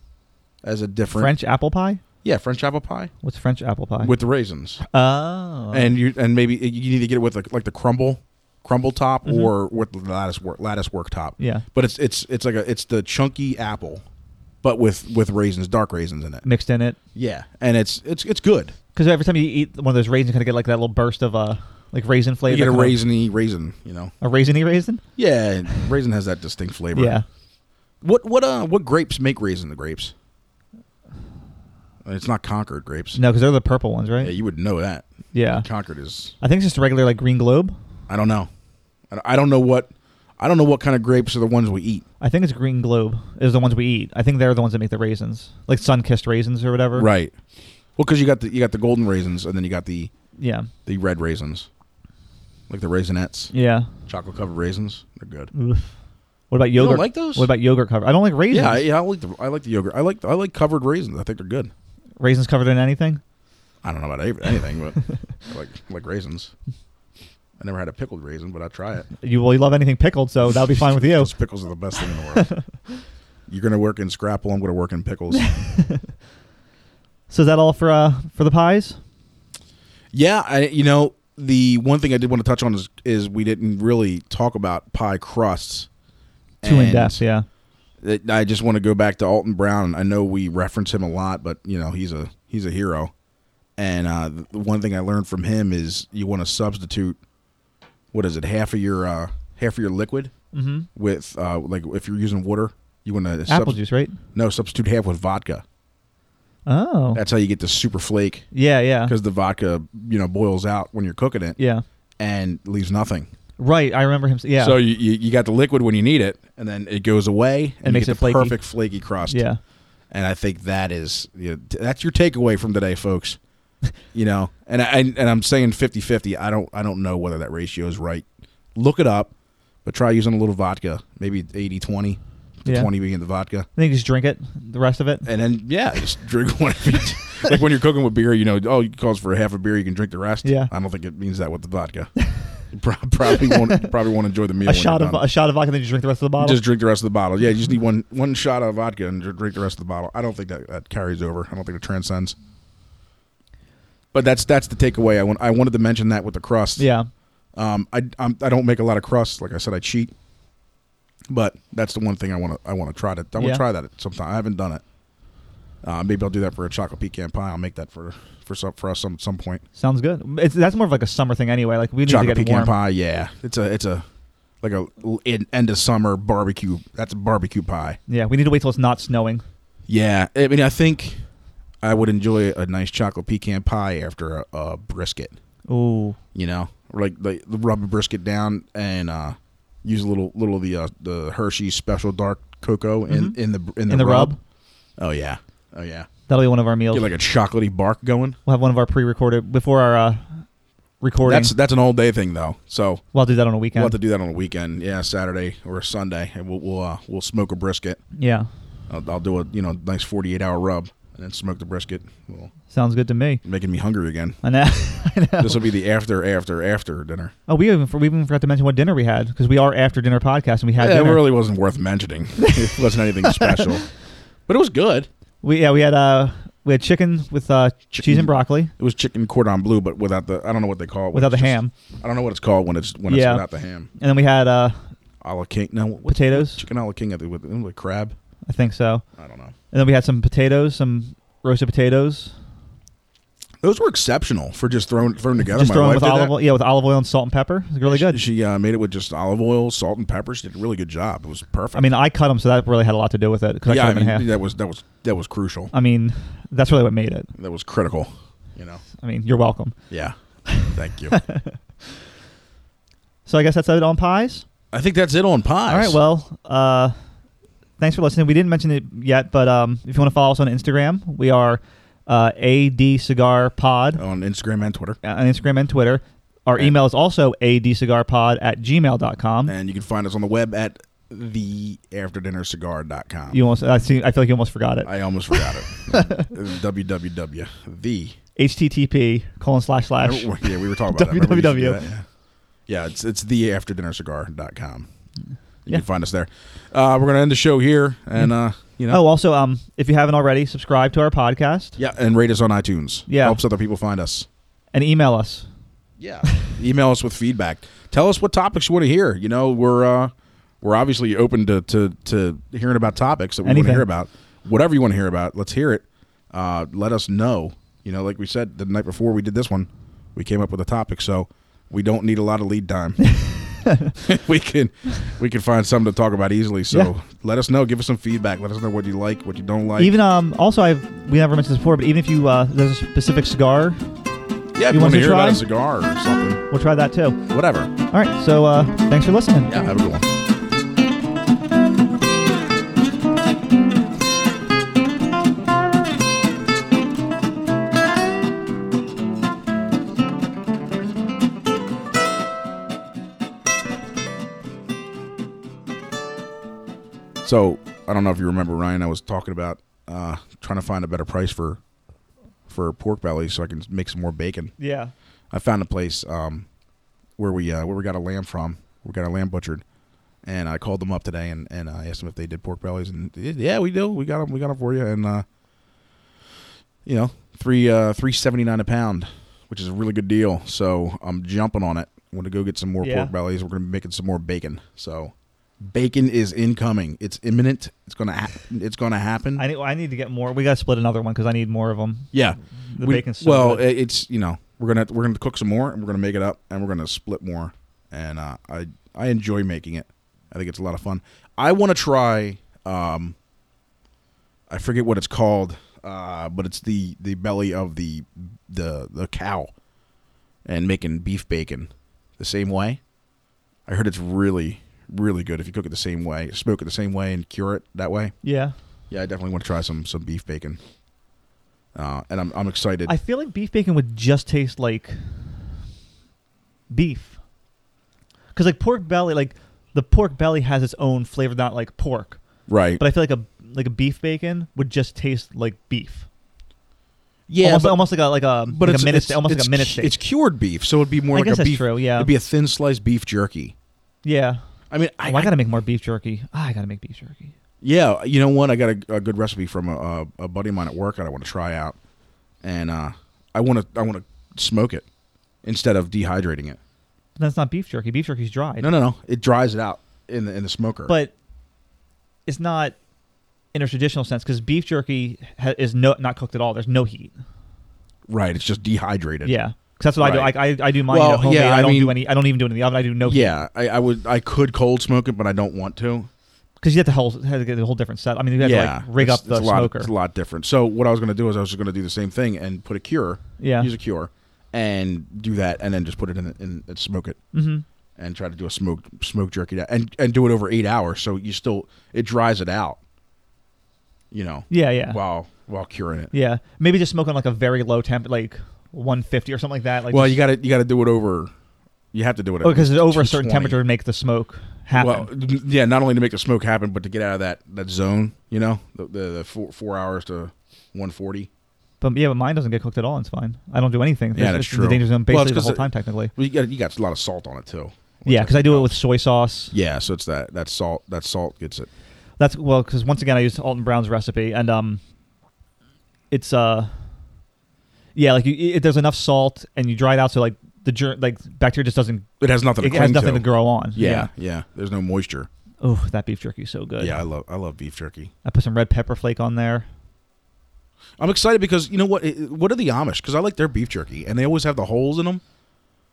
S2: as a different
S1: French apple pie.
S2: yeah French apple pie
S1: What's French apple pie?
S2: with the raisins.
S1: oh,
S2: and you and maybe you need to get it with like, like the crumble crumble top or with the lattice work lattice work top
S1: Mm-hmm. Yeah.
S2: but it's it's it's like a it's the chunky apple but with with raisins dark raisins in it
S1: mixed in it.
S2: yeah and it's it's it's good
S1: Because every time you eat one of those raisins, you kind of get like that little burst of uh, like raisin flavor.
S2: you get a
S1: kinda-
S2: raisiny raisin you know
S1: A raisiny raisin.
S2: yeah and raisin has that distinct flavor
S1: Yeah.
S2: what what uh what grapes make raisin the grapes it's not concord grapes
S1: No, because they're the purple ones,
S2: yeah
S1: right?
S2: you would know that
S1: Yeah.
S2: concord is
S1: I think it's just a regular like green globe.
S2: i don't know I don't- i don't know what i don't know what kind of grapes are the ones we eat
S1: I think it's green globe is the ones we eat. I think they're the ones that make the raisins, like sun kissed raisins or whatever.
S2: Right. Well, because you got the you got the golden raisins, and then you got the
S1: Yeah.
S2: the red raisins, like the raisinettes,
S1: Yeah.
S2: chocolate covered raisins. They're good.
S1: Oof. What about
S2: You
S1: yogurt?
S2: don't like those?
S1: what about yogurt covered? I don't like raisins.
S2: yeah, I, yeah. I like the I like the yogurt. I like I like covered raisins. I think they're good.
S1: Raisins covered in anything?
S2: I don't know about any- anything,
S1: (laughs)
S2: but I like I like raisins. I never had a pickled raisin, but I try it.
S1: You well, you love anything pickled, so Oh, that'll be fine with you.
S2: Those pickles are the best thing in the
S1: (laughs)
S2: world. You're gonna work in scrapple. I'm gonna work in pickles.
S1: (laughs) So is that all for uh for the pies?
S2: Yeah, I, you know, the one thing I did want to touch on is, is we didn't really talk about pie crusts.
S1: Two in
S2: And
S1: depth, yeah.
S2: It- I just want to go back to Alton Brown. I know we reference him a lot, but you know he's a he's a hero. And uh, the one thing I learned from him is you want to substitute what is it half of your uh, half of your liquid
S1: Mm-hmm.
S2: with uh, like if you're using water, you want to
S1: Apple juice, right?
S2: no substitute half with vodka.
S1: Oh.
S2: That's how you get the super flake
S1: Yeah, yeah,
S2: because the vodka you know boils out when you're cooking it
S1: yeah.
S2: and leaves nothing.
S1: Right. I remember him. s- Yeah.
S2: So you, you you got the liquid when you need it, and then it goes away and
S1: It
S2: you
S1: makes
S2: get
S1: it
S2: the
S1: flaky.
S2: perfect flaky crust.
S1: yeah.
S2: and I think that is you know, t- that's your takeaway from today, folks. you know, and I and and I'm saying 50-50. I don't I don't know whether that ratio is right. Look it up, but try using a little vodka, maybe 80-20, the
S1: Yeah.
S2: 20 being the vodka,
S1: I think just drink it. The rest of it.
S2: and then yeah, just drink one. of each.
S1: (laughs)
S2: like when you're cooking with beer, you know, oh, it calls for a half a beer, you can drink the rest.
S1: Yeah.
S2: I don't think it means that with
S1: (laughs)
S2: the vodka. you pro- probably won't you probably won't enjoy the meal.
S1: A
S2: when you're
S1: shot of
S2: done.
S1: a shot of vodka, then you drink the rest of the bottle.
S2: Just drink the rest of the bottle. Yeah, you just need one one shot of vodka and dr- drink the rest of the bottle. I don't think that, that carries over. I don't think it transcends. But that's that's the takeaway. I want I wanted to mention that with the crust.
S1: yeah.
S2: Um. I I'm, I don't make a lot of crust. Like I said, I cheat. But that's the one thing I want to I want to try to I want to
S1: Yeah.
S2: try that at sometime. I haven't done it. Uh, maybe I'll do that for a chocolate pecan pie. I'll make that for for some for us some some point.
S1: Sounds good. It's, that's more of like a summer thing anyway. Like we need
S2: chocolate
S1: to get
S2: pecan
S1: warm.
S2: pie. Yeah, it's a it's a like a l- in- end of summer barbecue. That's a barbecue pie.
S1: Yeah. We need to wait till it's not snowing.
S2: Yeah, I mean, I think I would enjoy a nice chocolate pecan pie after a, a brisket.
S1: Ooh.
S2: You know, or like like rub a brisket down and uh, use a little little of the uh, the Hershey's special dark cocoa in,
S1: Mhm.
S2: in the in
S1: In
S2: the,
S1: the, rub. Oh.
S2: Oh yeah, oh yeah.
S1: That'll be one of our meals.
S2: Get like a chocolatey bark going.
S1: we'll have one of our pre-recorded before our uh, recording.
S2: That's that's an all day thing though. So
S1: we'll do that on a
S2: we'll
S1: weekend.
S2: have to do that on a weekend. Yeah, Saturday or a Sunday, and we'll we'll, uh, we'll smoke a brisket.
S1: yeah.
S2: I'll, I'll do a you know nice forty eight hour rub and then smoke the brisket. Well,
S1: Sounds good to me.
S2: making me hungry again.
S1: I know. (laughs) I know.
S2: This will be the after after after dinner.
S1: Oh, we even we even forgot to mention what dinner we had because we are after dinner podcast and we had
S2: Yeah, it
S1: dinner.
S2: really wasn't
S1: (laughs)
S2: worth mentioning. it wasn't anything special, but it was good.
S1: We yeah we had uh we had chicken with uh cheese and broccoli
S2: It was chicken cordon bleu, but without the I don't know what they call it. when
S1: without the
S2: it's just-
S1: ham,
S2: I don't know what it's called when it's when
S1: Yeah.
S2: it's without the ham.
S1: and then we had uh
S2: A la king. No what,
S1: potatoes.
S2: chicken a la king. I think, With, with crab.
S1: I think so.
S2: I don't know.
S1: And then we had some potatoes, some roasted potatoes,
S2: Those were exceptional for just thrown thrown together.
S1: just
S2: My
S1: thrown
S2: wife
S1: with
S2: did
S1: olive
S2: that.
S1: oil. Yeah, with olive oil and salt and pepper. It was really good.
S2: She uh, made it with just olive oil, salt, and pepper. She did a really good job. It was perfect.
S1: I mean, I cut them, so that really had a lot to do with it because
S2: yeah,
S1: I
S2: I
S1: cut them
S2: mean,
S1: in half.
S2: that was that was that was crucial.
S1: I mean, that's really what made it.
S2: That was critical. You know.
S1: I mean, you're welcome. (laughs)
S2: Yeah. Thank you.
S1: So I guess that's it on pies.
S2: I think that's it on pies.
S1: All right. Well, uh, thanks for listening. We didn't mention it yet, but um, if you want to follow us on Instagram, we are uh, AD Cigar Pod
S2: on Instagram and Twitter.
S1: on Instagram and Twitter. Our
S2: Oh. And-
S1: email is also adcigarpod at gmail.com.
S2: And you can find us on the web at theafterdinnercigar.com.
S1: You almost, I, see, I feel like you almost forgot it.
S2: I almost forgot it.
S1: (laughs)
S2: www. The. Oh,
S1: HTTP colon slash slash.
S2: Yeah, we were talking about that. Remember we used to do
S1: www.
S2: that? Yeah. Yeah, it's it's theafterdinnercigar.com. You
S1: Yeah.
S2: can find us there. Uh, we're going to end the show here. And, uh, you know,
S1: Oh, also, um, if you haven't already, subscribe to our podcast
S2: yeah, and rate us on iTunes.
S1: Yeah.
S2: Helps other people find us.
S1: and email us.
S2: Yeah. (laughs) Email us with feedback. Tell us what topics you want to hear. You know, we're uh, we're obviously open to, to, to hearing about topics that we want to
S1: Anything.
S2: hear about. Whatever you want to hear about, let's hear it. Uh, let us know. You know, like we said the night before we did this one, we came up with a topic, so we don't need a lot of lead
S1: (laughs)
S2: time. (laughs) we can we can find something to talk about easily. So
S1: Yeah.
S2: let us know. Give us some feedback. Let us know what you like, what you don't like.
S1: even um, also, I've we never mentioned this before, but even if you uh, there's a specific cigar,
S2: yeah, if
S1: you
S2: you
S1: want us
S2: want to
S1: to
S2: hear about
S1: try?
S2: a cigar or something,
S1: we'll try that too.
S2: whatever.
S1: All right. So uh, thanks for listening.
S2: Yeah, have a good one. So I don't know if you remember Ryan. I was talking about uh, trying to find a better price for for pork belly so I can make some more bacon.
S1: Yeah.
S2: I found a place um, where we uh, where we got a lamb from. We got a lamb butchered, and I called them up today and and I asked them if they did pork bellies, and they did. yeah, we do. We got them. We got them for you, and uh, you know, three uh, three seventy nine a pound, which is a really good deal. So I'm jumping on it. I'm gonna go get some more
S1: Yeah.
S2: pork bellies. We're gonna be making some more bacon. So Bacon is incoming. It's imminent. It's gonna. Ha- it's gonna happen.
S1: I need I need to get more. We got to split another one because I need more of them.
S2: yeah.
S1: The
S2: We-
S1: bacon's so
S2: well,
S1: good.
S2: i- it's you know we're gonna we're gonna cook some more and we're gonna make it up and we're gonna split more and uh, I I enjoy making it. I think it's a lot of fun. I want to try. Um, I forget what it's called, uh, but it's the the belly of the the the cow, and making beef bacon the same way. I heard it's really really good if you cook it the same way, smoke it the same way, and cure it that way.
S1: yeah.
S2: Yeah, I definitely want to try some some beef bacon. Uh, and I'm I'm excited.
S1: I feel like beef bacon would just taste like beef. Because like pork belly, like the pork belly has its own flavor, not like pork.
S2: right.
S1: But I feel like a like a beef bacon would just taste like beef.
S2: Yeah,
S1: almost,
S2: but,
S1: almost like a like a
S2: but
S1: like
S2: it's
S1: a minute,
S2: it's,
S1: almost
S2: it's,
S1: like a minute
S2: cu-
S1: steak.
S2: It's cured beef, so it'd be more
S1: I
S2: like
S1: guess
S2: a
S1: that's
S2: beef.
S1: true. Yeah,
S2: It'd be a thin sliced beef jerky.
S1: yeah.
S2: I mean,
S1: Oh,
S2: I,
S1: I,
S2: I-
S1: gotta make more beef jerky. Ah, I gotta make beef jerky.
S2: yeah, you know what? I got a, a good recipe from a, a, a buddy of mine at work that I want to try out, and uh, I want to I want to smoke it instead of dehydrating it.
S1: But that's not beef jerky. Beef jerky's dried.
S2: No, no, no. It dries it out in the in the smoker.
S1: but it's not in a traditional sense because beef jerky ha- is no not cooked at all. There's no heat.
S2: right, it's just dehydrated.
S1: Yeah, 'Cause that's what I do. I, I, I do mine.
S2: Well,
S1: you know, homemade.
S2: yeah,
S1: I
S2: I
S1: don't do
S2: mean-
S1: any. I don't even do it in the oven. I do no.
S2: yeah. I, I would I could cold smoke it, but I don't want to.
S1: because you have to whole have to get a whole different set. I mean, you have to like rig
S2: it's-
S1: up the
S2: it's a lot,
S1: smoker.
S2: It's a lot different. So what I was going to do is I was just going to do the same thing and put a cure.
S1: Yeah.
S2: Use a cure and do that, and then just put it in and, and smoke it,
S1: hmm
S2: and try to do a smoked smoke jerky that, and and do it over eight hours. So you still it dries it out. You know.
S1: Yeah, yeah,
S2: While while curing it.
S1: yeah. Maybe just smoke on like a very low temp, like 150 or something like that. Like
S2: well,
S1: just-
S2: you got to you got to do it over. You have to do it. at
S1: oh, because it's
S2: least
S1: over a certain
S2: 220.
S1: temperature to make the smoke happen.
S2: Well, yeah, not only to make the smoke happen, but to get out of that that zone. You know, the the, the four four hours to one forty.
S1: but yeah, but mine doesn't get cooked at all. It's fine. I don't do anything.
S2: Yeah,
S1: It's-
S2: that's
S1: it's
S2: true.
S1: The danger zone basically
S2: Well, it's
S1: the
S2: 'cause
S1: whole
S2: it-
S1: time technically.
S2: Well, you got you got a lot of salt on it too.
S1: Yeah, because I do it with soy sauce.
S2: Yeah, so it's that that salt that salt gets it.
S1: That's well, because once again, I used Alton Brown's recipe, and um, it's uh, yeah, like you, it, there's enough salt, and you dry it out, so like the germ, like bacteria just doesn't.
S2: It has nothing.
S1: It
S2: to
S1: has
S2: cling
S1: nothing to
S2: to.
S1: grow on.
S2: Yeah, yeah, There's no moisture.
S1: Oh, that beef jerky is so good.
S2: Yeah, I love I love beef jerky.
S1: I put some red pepper flake on there.
S2: I'm excited because you know what? it- What are the Amish? Because I like their beef jerky, and they always have the holes in them.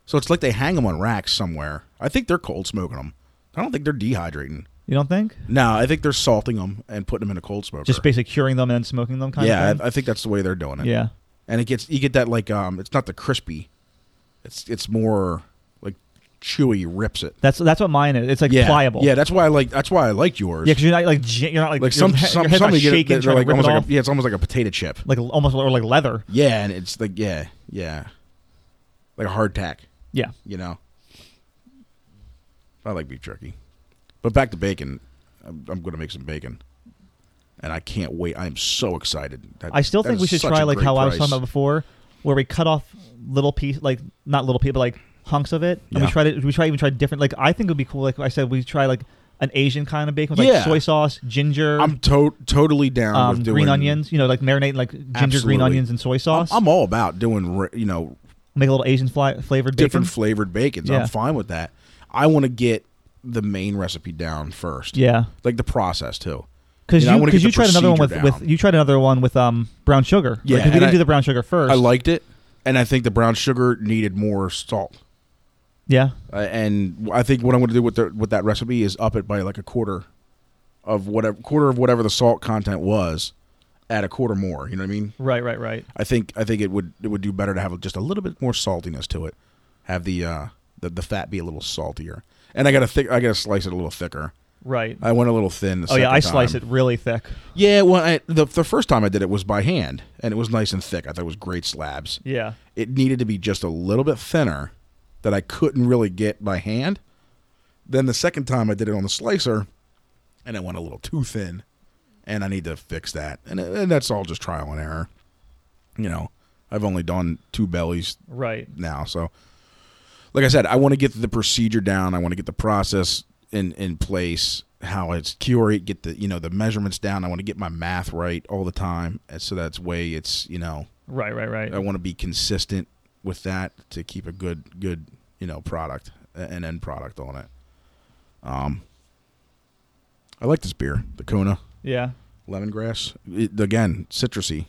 S2: So it's like they hang them on racks somewhere. I think they're cold smoking them. I don't think they're dehydrating.
S1: You don't think?
S2: No, I think they're salting them and putting them in a cold smoker.
S1: Just basically curing them and then smoking them, kind
S2: yeah,
S1: of thing.
S2: I, I think that's the way they're doing it.
S1: yeah,
S2: and it gets you get that like um, it's not the crispy, it's it's more like chewy rips it.
S1: that's that's what mine is. It's like
S2: yeah.
S1: pliable.
S2: Yeah, that's why I like that's why I like yours.
S1: yeah, because you're not like j- you're not like
S2: like
S1: your
S2: some
S1: he-
S2: some
S1: your head's
S2: some
S1: not
S2: you get it,
S1: shaking
S2: they're
S1: trying
S2: like
S1: to rip
S2: almost
S1: it
S2: like
S1: off.
S2: a, yeah, it's almost like a potato chip.
S1: like almost or like leather.
S2: Yeah, and it's like yeah, yeah, like a hard tack.
S1: Yeah,
S2: You know, I like beef jerky, but back to bacon. I'm, I'm going to make some bacon, and I can't wait. I am so excited. That,
S1: I still
S2: that
S1: think
S2: is
S1: we should
S2: such
S1: try
S2: a
S1: like
S2: great
S1: how I was
S2: price.
S1: talking about before, where we cut off little piece, like not little piece, but like hunks of it, and
S2: Yeah.
S1: we tried it. We try even try different. Like I think it would be cool. Like I said, we try like an Asian kind of bacon with
S2: Yeah.
S1: like soy sauce, ginger,
S2: I'm to- totally down
S1: um,
S2: with doing
S1: green onions. You know, like marinating like ginger, green
S2: Absolutely.
S1: onions, and soy
S2: I'm,
S1: sauce.
S2: I'm all about doing ri- you know
S1: Make a little Asian fly- flavored bacon.
S2: different flavored bacons.
S1: Yeah.
S2: I'm fine with that. I want to get the main recipe down first.
S1: yeah,
S2: like the process too.
S1: because
S2: You know, I
S1: you
S2: wanna
S1: because
S2: get
S1: you
S2: the
S1: tried another one with,
S2: procedure
S1: with
S2: down.
S1: you tried another one with um brown sugar. right?
S2: Yeah,
S1: 'Cause we
S2: and
S1: didn't
S2: I-
S1: do the brown sugar first.
S2: I liked it, and I think the brown sugar needed more salt.
S1: yeah,
S2: Uh, and I think what I'm going to do with the, with that recipe is up it by like a quarter of whatever quarter of whatever the salt content was, add a quarter more. You know what I mean?
S1: right, right, right.
S2: I think I think it would it would do better to have just a little bit more saltiness to it, have the uh, the, the fat be a little saltier. And I got to thick I got to slice it a little thicker.
S1: Right.
S2: I went a little thin. The
S1: oh yeah,
S2: second
S1: I slice
S2: time.
S1: it really thick.
S2: Yeah, well, I, the the first time I did it was by hand, and it was nice and thick. I thought it was great slabs.
S1: Yeah.
S2: it needed to be just a little bit thinner that I couldn't really get by hand. Then the second time I did it on the slicer, and it went a little too thin, and I need to fix that. And, and that's all just trial and error. You know, I've only done two bellies
S1: Right.
S2: now, so like I said, I want to get the procedure down. I want to get the process in in place, how it's curate, get the you know the measurements down. I want to get my math right all the time, and so that's way it's you know
S1: Right. Right. Right.
S2: I want to be consistent with that to keep a good good you know product a- an end product on it. Um, I like this beer, the Kona
S1: Yeah.
S2: lemongrass. It, again, citrusy.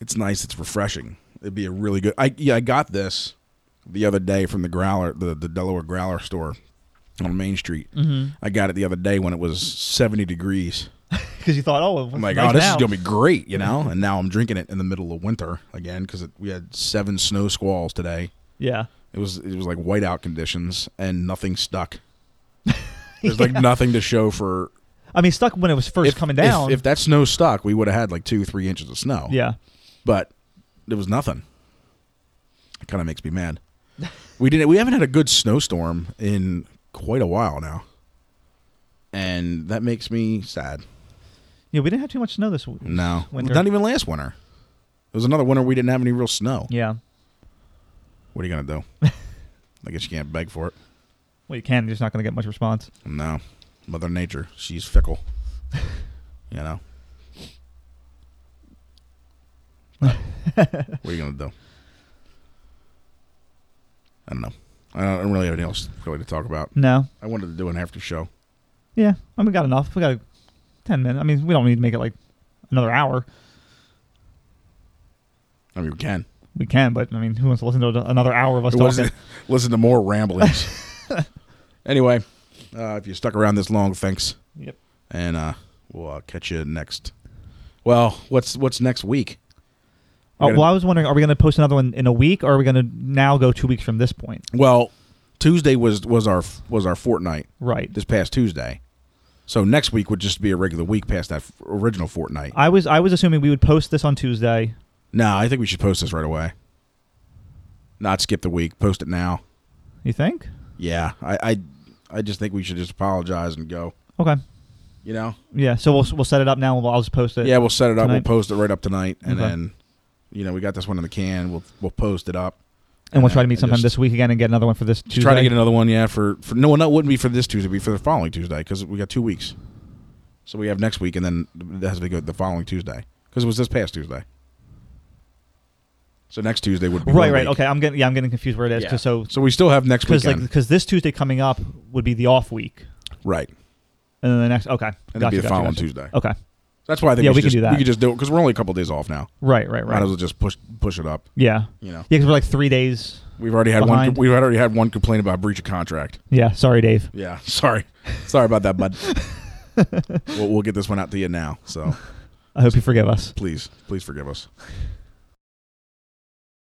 S2: It's nice. It's refreshing. It'd be a really good. I yeah, I got this the other day from the Growler, the, the Delaware Growler store on Main Street.
S1: Mm-hmm.
S2: I got it the other day when it was seventy degrees.
S1: Because you thought, oh, well,
S2: I'm
S1: what's
S2: like,
S1: it like
S2: oh, this
S1: now?
S2: is gonna be great, you know. and now I'm drinking it in the middle of winter again because we had seven snow squalls today.
S1: Yeah.
S2: It was it was like whiteout conditions and nothing stuck.
S1: (laughs)
S2: There's like nothing to show for
S1: I mean, stuck when it was first
S2: if,
S1: coming down.
S2: If, if that snow stuck, we would have had like two, three inches of snow.
S1: yeah.
S2: but there was nothing. It kind of makes me mad. we didn't. We haven't had a good snowstorm in quite a while now, and that makes me sad.
S1: Yeah, we didn't have too much snow this week.
S2: No,
S1: Winter.
S2: not even last winter. It was another winter we didn't have any real snow.
S1: Yeah.
S2: What are you gonna do? (laughs) I guess you can't beg for it.
S1: Well, you can. You're just not going to get much response.
S2: No, Mother Nature, she's fickle. you know. But what are you gonna do? I don't know. I don't, I don't really have anything else really to talk about.
S1: No.
S2: I wanted to do an after show.
S1: Yeah. I mean, we got enough. We got 10 minutes. I mean, we don't need to make it like another hour.
S2: I mean, we can.
S1: We can, but I mean, who wants to listen to another hour of us
S2: It
S1: talking?
S2: (laughs) wasn't- listen to more ramblings. anyway, uh, if you stuck around this long, thanks,
S1: Yep.
S2: and uh, we'll uh, catch you next. Well, what's what's next week?
S1: Oh,
S2: We're gonna-
S1: well, I was wondering, are we going to post another one in a week, or are we going to now go two weeks from this point?
S2: Well, Tuesday was was our was our fortnight.
S1: Right.
S2: this past Tuesday. So next week would just be a regular week past that f- original fortnight.
S1: I was I was assuming we would post this on Tuesday.
S2: no, I think we should post this right away. Not skip the week. Post it now.
S1: You think?
S2: Yeah, I, I, I just think we should just apologize and go.
S1: Okay.
S2: You know.
S1: Yeah. So we'll we'll set it up now, and we'll, I'll just post it.
S2: Yeah, we'll set it up.
S1: Tonight?
S2: We'll post it right up tonight, and
S1: Okay.
S2: then, you know, we got this one in the can. We'll we'll post it up,
S1: And we'll try to meet
S2: and
S1: sometime
S2: just-
S1: this week again and get another one for this Tuesday.
S2: Try to get another one. Yeah, for for no, no, it wouldn't be for this Tuesday. It'd be for the following Tuesday because we got two weeks. So we have next week, and then that has to go the following Tuesday because it was this past Tuesday. So next Tuesday would be
S1: Right.
S2: one
S1: Right.
S2: week.
S1: Okay. I'm getting yeah. I'm getting confused where it is. 'cause so
S2: So we still have next
S1: because
S2: weekend,
S1: like because this Tuesday coming up would be the off week,
S2: right?
S1: and then the next. Okay.
S2: And
S1: Gotcha,
S2: it'd be the
S1: gotcha,
S2: following
S1: gotcha.
S2: Tuesday.
S1: Okay.
S2: That's why I think
S1: Yeah,
S2: we,
S1: we can
S2: should just,
S1: do that.
S2: We could just do it because we're only a couple days off now.
S1: Right. Right.
S2: Might as
S1: Right.
S2: well just push push it up.
S1: Yeah.
S2: You know,
S1: Yeah. Because we're like three days.
S2: we've already had
S1: Behind.
S2: one. We've already had one complaint about breach of contract.
S1: Yeah. Sorry,
S2: (laughs)
S1: Dave.
S2: Yeah, sorry, sorry about that, bud. we'll, we'll get this one out to you now. So
S1: I hope you forgive us.
S2: please, please forgive us.